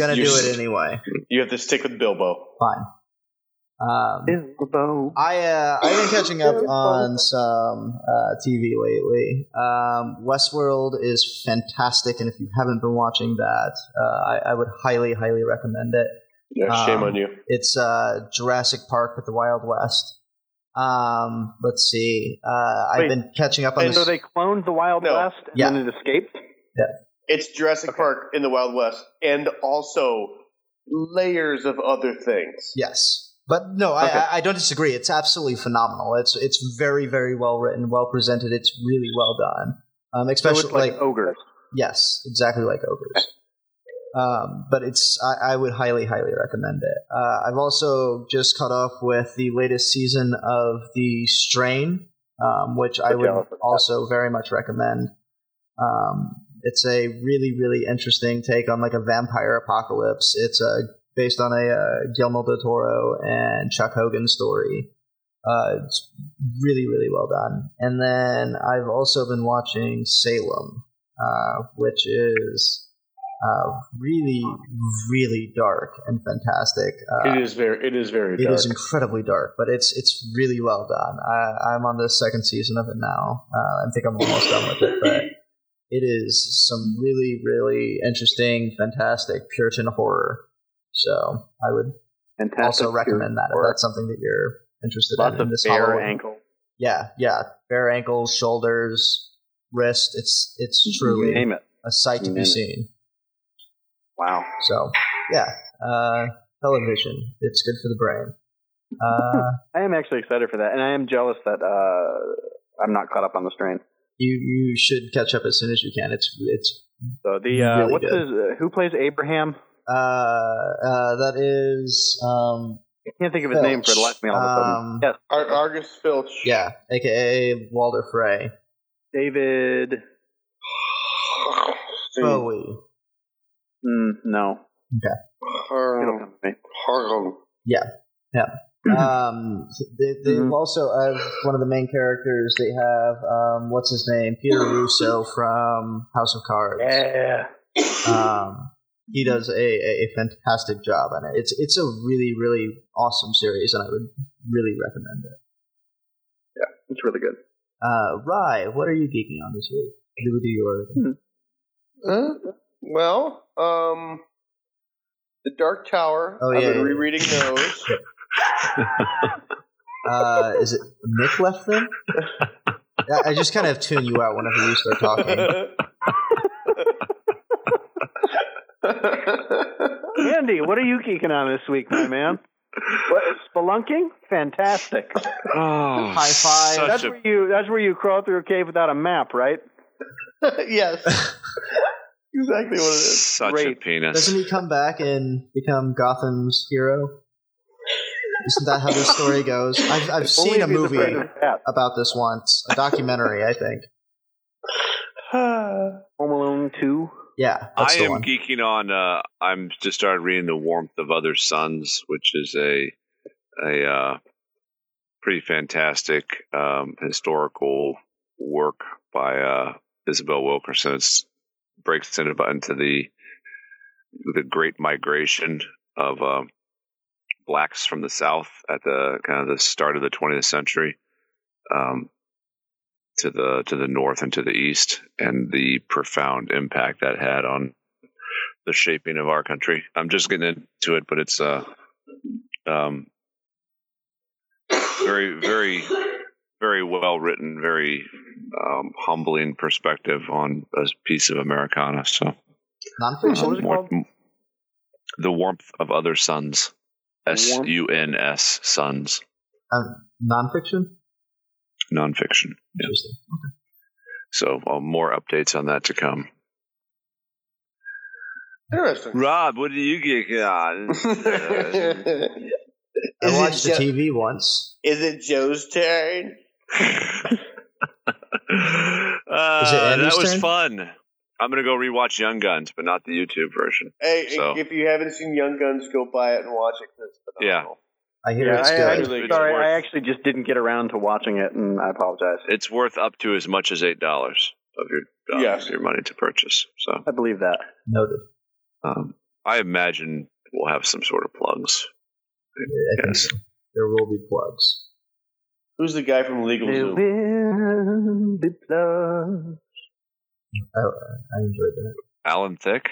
gonna
Um, you're
do
s-
it anyway.
You have to stick with Bilbo.
Fine. Um,
Bilbo.
I uh, I've been catching up on some uh, TV lately. Um, Westworld is fantastic, and if you haven't been watching that, uh, I, I would highly, highly recommend it.
Yeah, shame
Um,
on you.
It's uh, Jurassic Park with the Wild West. Um, let's see. Uh,
Wait.
I've been catching up on
And
this.
So they cloned the Wild
No.
West and
Yeah.
then it escaped.
It's Jurassic Park in the Wild West, and also layers of other things.
Yes, but no, I
Okay.
I, I don't disagree. It's absolutely phenomenal. It's it's very, very well written, well presented. It's really well done. Um,
So
especially
it's like, ogres.
Yes, exactly like ogres. Um, but it's I, I would highly, highly recommend it. Uh, I've also just caught up with the latest season of The Strain, um, which I
Good
would
job.
also very much recommend. Um, it's a really, really interesting take on like a vampire apocalypse. It's uh, based on a uh, Guillermo del Toro and Chuck Hogan story. Uh, it's really, really well done. And then I've also been watching Salem, uh, which is uh, really, really dark and fantastic. Uh,
it is very, it is very
it
dark.
is incredibly dark, but it's it's really well done. I, I'm on the second season of it now. Uh, I think I'm almost done with it, but it is some really, really interesting, fantastic Puritan horror. So I would
Fantastic.
also recommend that if
Or
that's something that you're interested
Lots
in. in
of
this
bare
Halloween.
ankle.
Yeah, yeah, bare ankles, shoulders, wrist. It's it's
Mm-hmm.
truly
Name it.
a sight to
you
be
name it.
seen.
Wow.
So yeah, uh, television. It's good for the brain. Uh,
I am actually excited for that, and I am jealous that uh, I'm not caught up on the strain.
you you should catch up as soon as you can. It's it's
So the uh,
Really
what's
good.
his uh, who plays Abraham?
uh, uh, that is um,
I can't think of his name for the life of me all of a sudden.
Um,
yes,
Ar- Argus Filch.
yeah, aka Walter Frey,
David.
Hmm.
Bowie.
Mm, no, it'll
Har-
come to me.
Harlem.
um, they, they
Mhm.
also as one of the main characters they have um, what's his name Peter Russo from House of Cards.
Yeah.
Um, he does a, a, a fantastic job on it. It's it's a really really awesome series, and I would really recommend it.
It's really good.
Uh, Rye, what are you geeking on this week? Do we do your
Huh? Well, um, The Dark Tower.
Oh,
I've
yeah,
been
yeah, yeah.
rereading those.
uh, is it Nick left them? I I just kind of tune you out whenever you start talking.
Andy, what are you geeking on this week, my man? What, spelunking? Fantastic.
Oh,
High five.
such
That's
a-
where you. That's where you crawl through a cave without a map, right?
yes. Exactly what it is.
Such
Great.
a penis.
Doesn't he come back and become Gotham's hero? Isn't that how this story goes? I've, I've
Only
seen a
if he's
movie
afraid of that.
about this once, a documentary, I think.
Home Alone Two.
Yeah,
I
that's the
am
one.
geeking on. Uh, I'm just started reading "The Warmth of Other Suns," which is a a uh, pretty fantastic um, historical work by uh, Isabel Wilkerson. It's breaks in about into the the Great Migration of uh, blacks from the South at the kind of the start of the 20th century. Um, to the to the north and to the east, and the profound impact that had on the shaping of our country. I'm just getting into it, but it's uh, um, very, very, very well written, very um, humbling perspective on a piece of Americana. So, Um,
Nonfiction.
was it
more-
called?
the warmth of other suns, S
Warmth?
U N S suns.
Uh, nonfiction?
Nonfiction. yeah.
Interesting.
So uh, more updates on that to come.
Interesting.
Rob, what do you get on? Uh,
I
Is it
watched the
Jo-
TV once.
Is it Joe's turn?
Uh, that
Andy's
was
turn?
fun. I'm gonna go rewatch Young Guns, but not the YouTube version.
Hey,
So.
if you haven't seen Young Guns, go buy it and watch it. 'cause it's
Yeah,
phenomenal.
I hear
Yeah,
it's
I,
good.
I'm
It's
sorry,
worth-
I actually just didn't get around to watching it, and I apologize.
it's worth up to as much as eight dollars of your uh,
Yeah.
of your money to purchase. So
I believe that.
Noted.
um, I imagine we'll have some sort of plugs.
I think
Yes.
there will be plugs.
Who's the guy from Legal
There
Zoom?
will be blood.
I, I enjoyed that.
Alan Thick.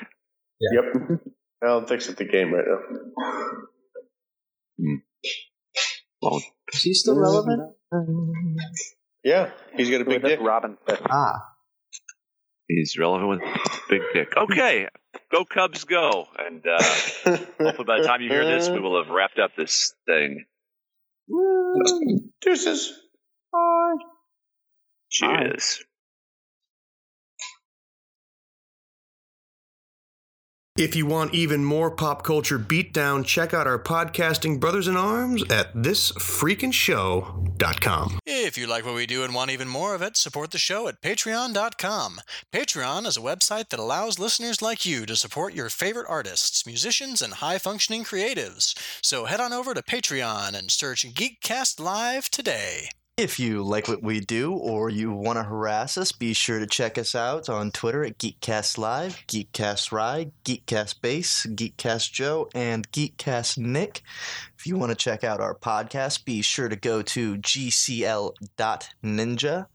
Yep. I don't think it's at the game right now.
Is he still relevant?
Yeah, he's got a big
That's
dick.
Robin.
Ah,
He's relevant with big dick. Okay, go Cubs, go! And uh, hopefully, by the time you hear this,
Uh,
we will have wrapped up this thing.
Deuces.
Cheers.
If you want even more pop culture beatdown, check out our podcasting brothers in arms at thisfreakinshow.com.
If you like what we do and want even more of it, support the show at patreon.com. Patreon is a website that allows listeners like you to support your favorite artists, musicians, and high functioning creatives. So head on over to Patreon and search Geekcast Live today.
If you like what we do or you want to harass us, be sure to check us out on Twitter at GeekCast Live, GeekCast Rye, GeekCast Bass, GeekCast Joe, and GeekCast Nick. If you want to check out our podcast, be sure to go to gcl.ninja.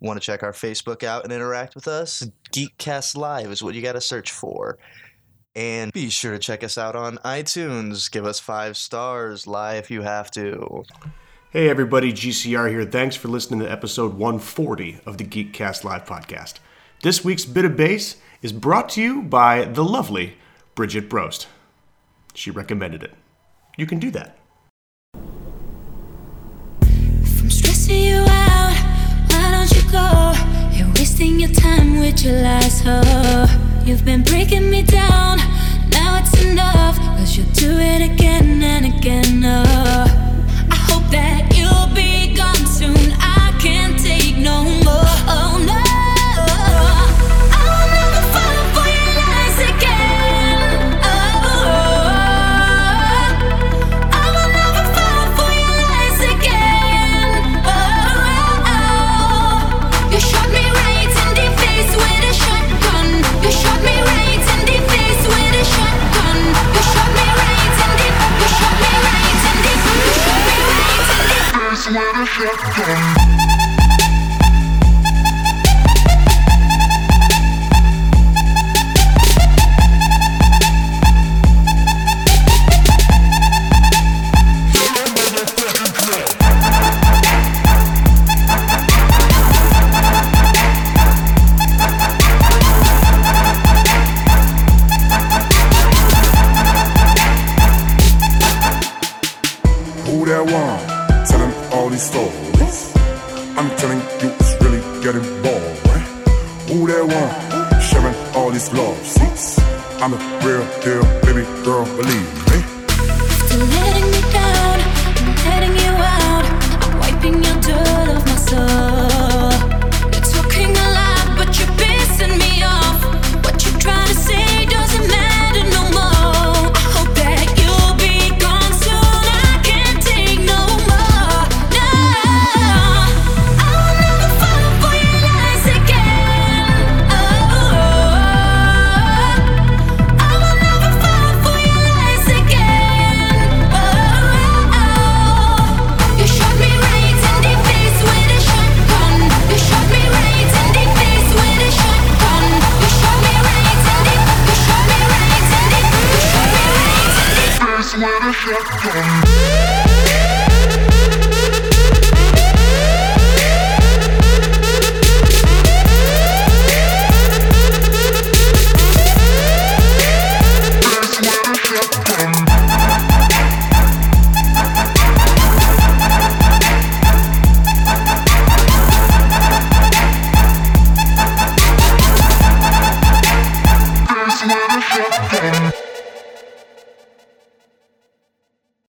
Want to check our Facebook out and interact with us? GeekCast Live is what you got to search for. And be sure to check us out on iTunes. Give us five stars. Lie if you have to.
Hey everybody, GCR here. Thanks for listening to episode 140 of the Geekcast Live podcast. This week's bit of bass is brought to you by the lovely Bridget Brost. She recommended it. You can do that.
From stressing you out, why don't you go? You're wasting your time with your lies, oh. You've been breaking me down, now it's enough. Cause you'll do it again and again, oh. I hope that you'll be gone soon, I can't take no more, oh no. I'll never fall for your lies again, oh. I will never fall for your lies again. Oh, You shot me right in the face with a shotgun. You shot me right in the face with a shotgun. You shot me right in the. You shot me right in the. You shot me right in the face with a shotgun.
Who that one? Telling all these stories. I'm telling you, it's really getting boring. Who that one? Sharing all these love seats. I'm a real deal, baby girl, believe me.
After letting me down, I'm letting you out. I'm wiping your dirt off my soul. Oh.